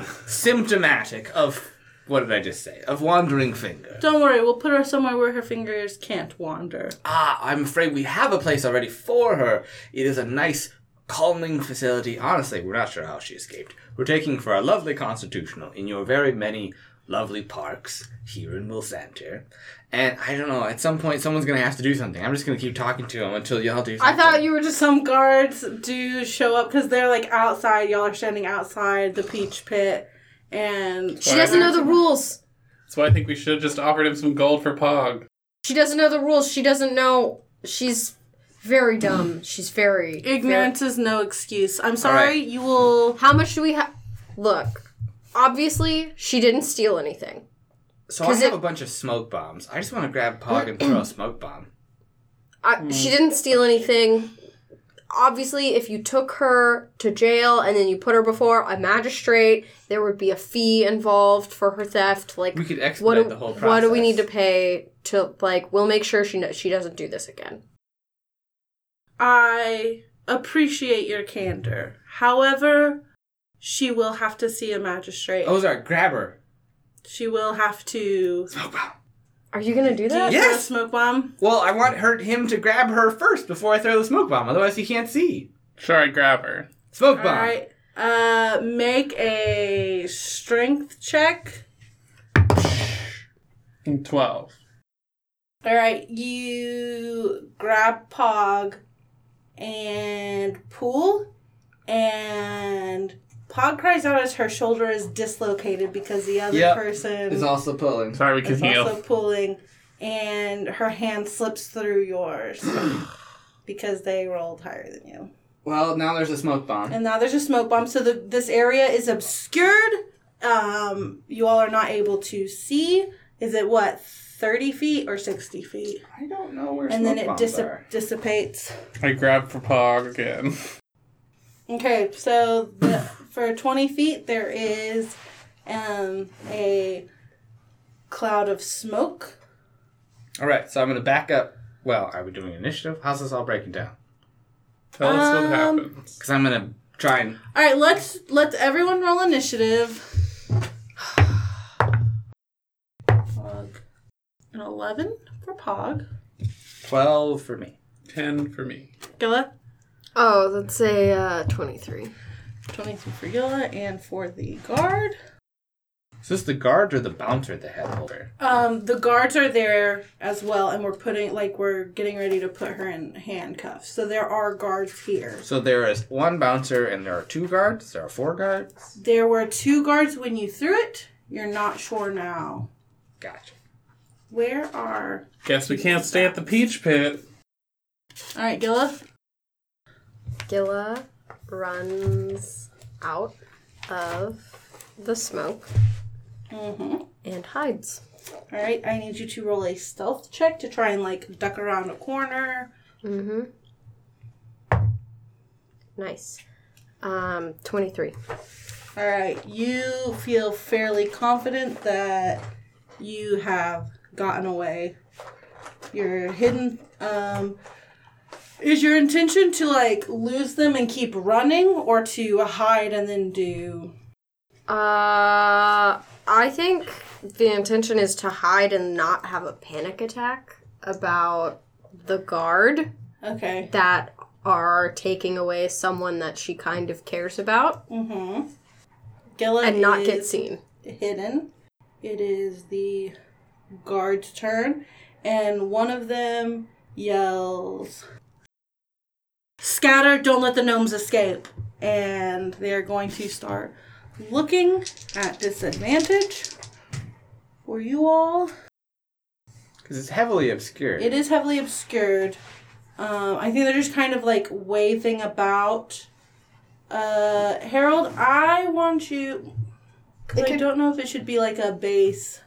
Symptomatic of. What did I just say? Of wandering finger.
Don't worry, we'll put her somewhere where her fingers can't wander.
Ah, I'm afraid we have a place already for her. It is a nice, calming facility. Honestly, we're not sure how she escaped. We're taking for a lovely constitutional in your very many lovely parks here in Wilsanter. And I don't know, at some point someone's gonna have to do something. I'm just gonna keep talking to him until y'all do
I
something.
thought you were just
Some guards do show up because they're like outside. Y'all are standing outside the peach pit, and
She doesn't know the rules.
That's why I think we should have just offered him some gold for Pog.
She doesn't know the rules. She doesn't know. She's very dumb. She's very
Ignorance is no excuse. I'm sorry.
right.
You will.
very- How much do we have? Look, obviously she didn't steal anything.
So I
'Cause
have
it-
a bunch of smoke bombs. I just want to grab Pog and
*clears throat*
throw a smoke bomb.
I, She
Hmm.
didn't steal anything. Obviously, if you took her to jail and then you put her before a magistrate, there would be a fee involved for her theft. Like
We could
what
expedite
do,
the whole process.
what do we need to pay to like? We'll make sure she kno- she doesn't do this again.
I appreciate your candor. However, she will have to see a magistrate.
Ozark, grab her.
She will have to.
Smoke bomb.
Are you gonna do that?
Do you throw a
Yes!
Smoke bomb.
Well, I want her, him to grab her first before I throw the smoke bomb. Otherwise, he can't see.
Sure, I grab her.
Smoke
All
bomb.
right. Uh, make a strength check.
Twelve.
All right, you grab Pog and pull, and Pog cries out as her shoulder is dislocated because the other
Yep.
person
Is also pulling.
Sorry, we can
is
heal.
also pulling, and her hand slips through yours because they rolled higher than you.
Well, now there's a smoke bomb.
And now there's a smoke bomb, so the, this area is obscured. Um, you all are not able to see. Is it what, 30 feet or 60 feet?
I don't know where
and
smoke
then it
bombs
dissip
are.
dissipates.
I grab for Pog again.
Okay, so the, for 20 feet, there is um, a cloud of smoke.
All right, so I'm going to back up. Well, are we doing initiative? How's this all breaking down?
Tell us
Um,
what happens.
Because I'm going to try and.
All right, let's let everyone roll initiative. *sighs* Pog. An 11 for Pog.
12 for me.
Ten for me.
Gilla,
Oh, let's say uh, twenty three.
23 for Gilla, and for the guard.
Is this the guard or the bouncer, the head holder?
Um, the guards are there as well, and we're putting like we're getting ready to put her in handcuffs. So there are guards here.
So there is one bouncer and there are two guards. There are four guards.
There were two guards when you threw it. You're not sure now.
Gotcha.
Where are?
Guess we can't stay at the Peach Pit.
All right, Gilla.
Gilla runs out of the smoke
Mm-hmm.
and hides.
All right, I need you to roll a stealth check to try and like duck around a corner.
Mm-hmm. Nice. Um, 23.
All right, you feel fairly confident that you have gotten away. You're hidden. Um, is your intention to like lose them and keep running, or to hide and then do?
Uh, I think the intention is to hide and not have a panic attack about the guard
Okay.
that are taking away someone that she kind of cares about
Mm-hmm. Gilla
and not
is
get seen.
hidden. It is the guard's turn, and one of them yells, "Scatter! Don't let the gnomes escape!" And they are going to start looking at disadvantage for you all.
Because it's heavily obscured.
It is heavily obscured. Um, I think they're just kind of like waving about. Uh, Harold, I want you. 'cause
It
I
could-
don't know if it should be like a base.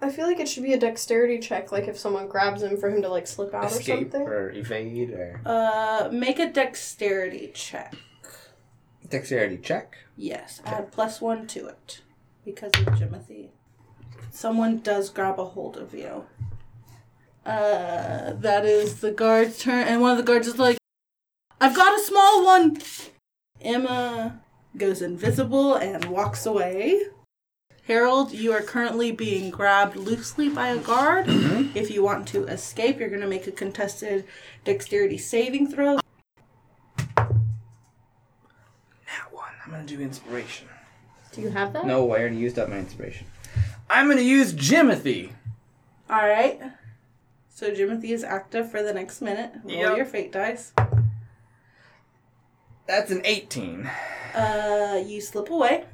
I feel like it should be a dexterity check, like if someone grabs him for him to like slip out
Escape
or something.
or evade or.
Uh, make a dexterity check.
Dexterity check.
Yes, add plus one to it because of Jimothy. Someone does grab a hold of you. Uh, that is the guard's turn, and one of the guards is like, "I've got a small one." Emma goes invisible and walks away. Harold, you are currently being grabbed loosely by a guard. If you want to escape, you're going to make a contested dexterity saving throw.
That one. I'm gonna do inspiration.
Do you have that?
No, I already used up my inspiration. I'm gonna use Jimothy.
All right. So Jimothy is active for the next minute. Roll
Yep.
your fate dice.
That's an 18.
Uh, you slip away.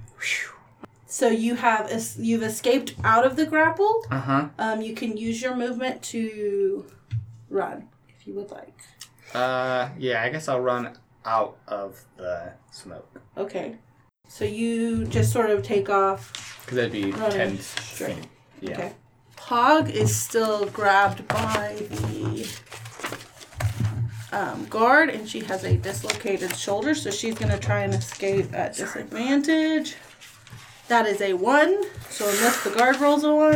So you have es- you've escaped out of the grapple.
Uh huh.
Um, you can use your movement to run if you would like.
Uh, yeah, I guess I'll run out of the smoke.
Okay. So you just sort of take off.
Because that'd be
Running
10
straight.
feet. Yeah.
Okay. Pog is still grabbed by the um, guard, and she has a dislocated shoulder, so she's going to try and escape at disadvantage. That is a one, so unless the guard rolls a one.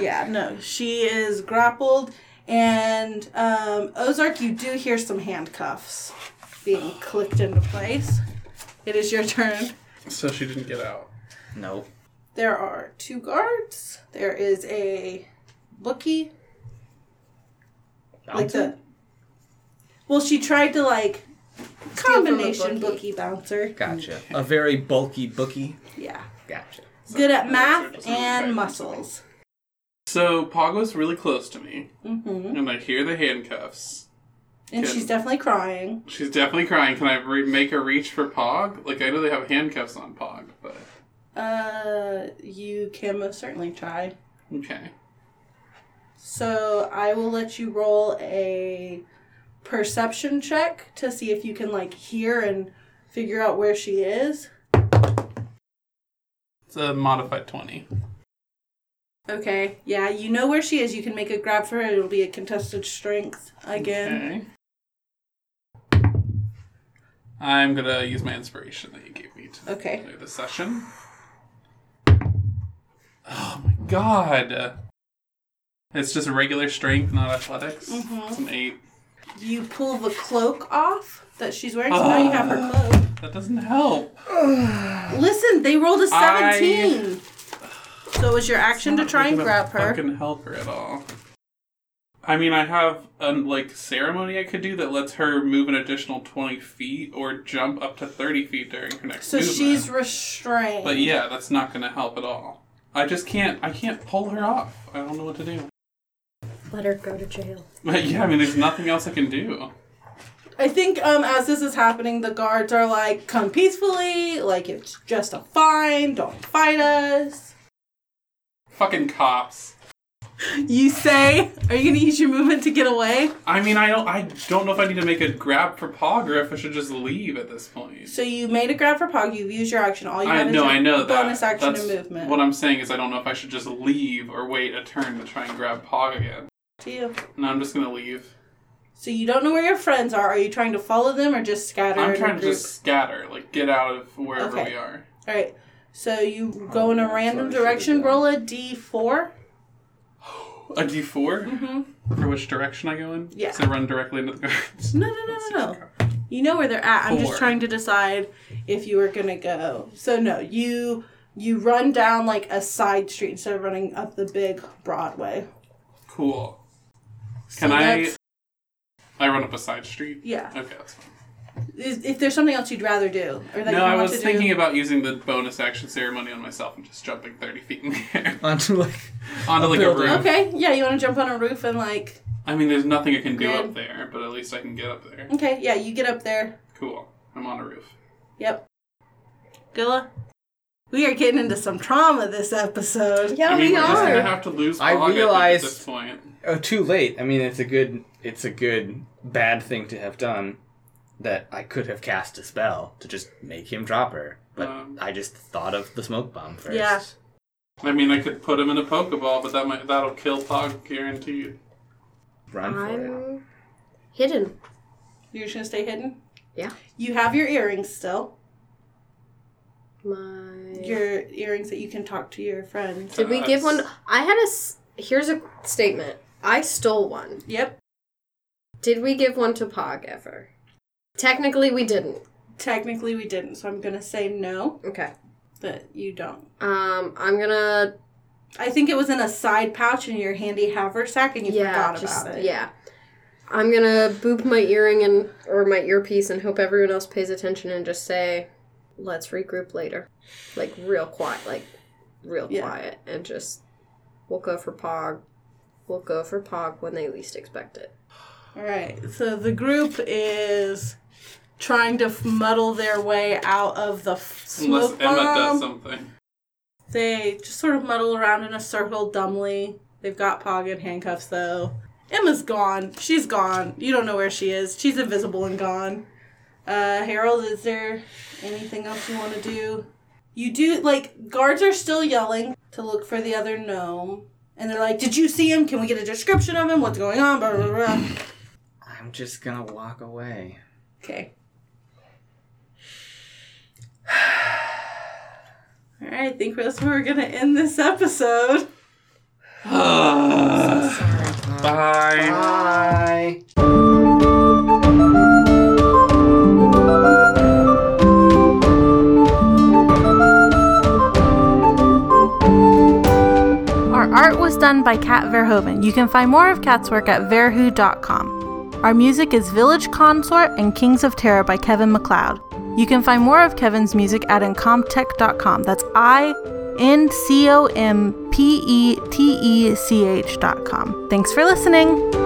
Yeah, no. She is grappled, and um, Ozark, you do hear some handcuffs being clicked into place. It is your turn.
So she didn't get out.
Nope.
There are two guards. There is a bookie. Like the Well, she tried to like
from a
combination
bookie.
bookie bouncer.
Gotcha. A very bulky bookie.
Yeah.
Gotcha.
Good at math and muscles.
So Pog was really close to me,
hmm
and I hear the handcuffs.
And she's definitely crying.
She's definitely crying. Can I re- make her reach for Pog? Like I know they have handcuffs on Pog, but
Uh, you can most certainly try.
okay.
So I will let you roll a perception check to see if you can like hear and figure out where she is.
It's a modified twenty.
Okay. Yeah, you know where she is. You can make a grab for her. It'll be a contested strength again.
Okay. I'm gonna use my inspiration that you gave me to
Okay.
do the session. Oh my god! It's just regular strength, not athletics. It's an eight.
You pull the cloak off that she's wearing, so now you have
Ah.
her cloak.
That doesn't help.
Listen, they rolled a
I-
17. So it was your action to
Not
try and
gonna
grab her.
Fucking help her at all. I mean, I have a like ceremony I could do that lets her move an additional twenty feet or jump up to thirty feet during her next
So
movement.
she's restrained.
But yeah, that's not gonna help at all. I just can't. I can't pull her off. I don't know what to do.
Let her go to jail.
But yeah, I mean, there's nothing else I can do.
I think um, as this is happening, the guards are like, come peacefully. Like, it's just a fine. Don't fight us.
Fucking cops.
You say, are you going to use your movement to get away?
I mean, I don't. I don't know if I need to make a grab for Pog or if I should just leave at this point.
So you made a grab for Pog. You've used your action. All you
I
have is
know.
your
I know that.
bonus action
That's
and movement.
What I'm saying is, I don't know if I should just leave or wait a turn to try and grab Pog again.
to you.
No, I'm just gonna leave.
So you don't know where your friends are. Are you trying to follow them or just scatter? in
I'm
a
trying to
group?
just scatter, like get out of wherever
Okay.
we are.
All right. So you go in a random
what Oh, I should've
direction.
done.
Roll a d4.
A D4 for which direction I go in?
Mm-hmm. Yeah.
So I run directly into the guards.
No, no, no, no, no. You know where they're at. i I'm just
Four.
trying to decide if you were gonna go. So no, you you run down like a side street instead of running up the big Broadway.
Cool. Can
So
I?
that's-
I run up a side street.
Yeah.
Okay, that's fine.
Is, if there's something else you'd rather do, or that
no,
you
I
want
was
to
thinking
do,
about using the bonus action ceremony on myself and just jumping thirty feet in the air *laughs*
Onto like.
onto like a
building.
roof.
okay, yeah, you want to jump on a roof and like,
I mean, there's nothing I can do
Grid.
up there, but at least I can get up there.
okay, yeah, you get up there.
Cool. I'm on a roof.
Yep. Gilla, we are getting into some trauma this episode.
Yeah,
I mean, we're
Oh, we
just
are.
gonna have to lose.
I
Pog, think,
realized-
at this point.
Oh, too late. I mean, it's a good, it's a good bad thing to have done. That I could have cast a spell to just make him drop her, but
Um.
I just thought of the smoke bomb first.
Yeah.
I mean, I could put him in a pokeball, but that might that'll kill Pog, guaranteed.
Run for it.
I'm hidden.
You're just gonna stay hidden?
Yeah.
You have your earrings still.
My.
Your earrings that you can talk to your friends.
Did we give one? I had a. s- Here's a statement. I stole one.
Yep.
Did we give one to Pog ever? Technically, we didn't.
Technically, we didn't, so I'm gonna say no,
Okay.
but you don't.
Um, I'm gonna.
I think it was in a side pouch in your handy haversack and you
yeah,
forgot
just
about it.
yeah. I'm gonna boop my earring and or my earpiece and hope everyone else pays attention and just say, "Let's regroup later," like real quiet, like real
Yeah.
quiet, and just we'll go for Pog. We'll go for Pog when they least expect it.
All right. So the group is trying to f- muddle their way out of the f-
Unless
smoke
Emma
bomb.
um,
does something.
They just sort of muddle around in a circle dumbly. They've got Pog in handcuffs, though. Emma's gone. She's gone. You don't know where she is. She's invisible and gone. Uh, Harold, is there anything else you want to do? You do, like, guards are still yelling to look for the other gnome. And they're like, Did you see him? Can we get a description of him? What's going on? Blah, blah, blah.
I'm just gonna walk away.
Okay. *sighs* All right, I think that's where we're gonna end this episode. Ah.
Bye.
Bye.
Our art was done by Kat Verhoeven. You can find more of Kat's work at verhu.com. Our music is Village Consort and Kings of Terror by Kevin McLeod. You can find more of Kevin's music at incomtech.com. That's I N C O M P E T E C H.com. Thanks for listening.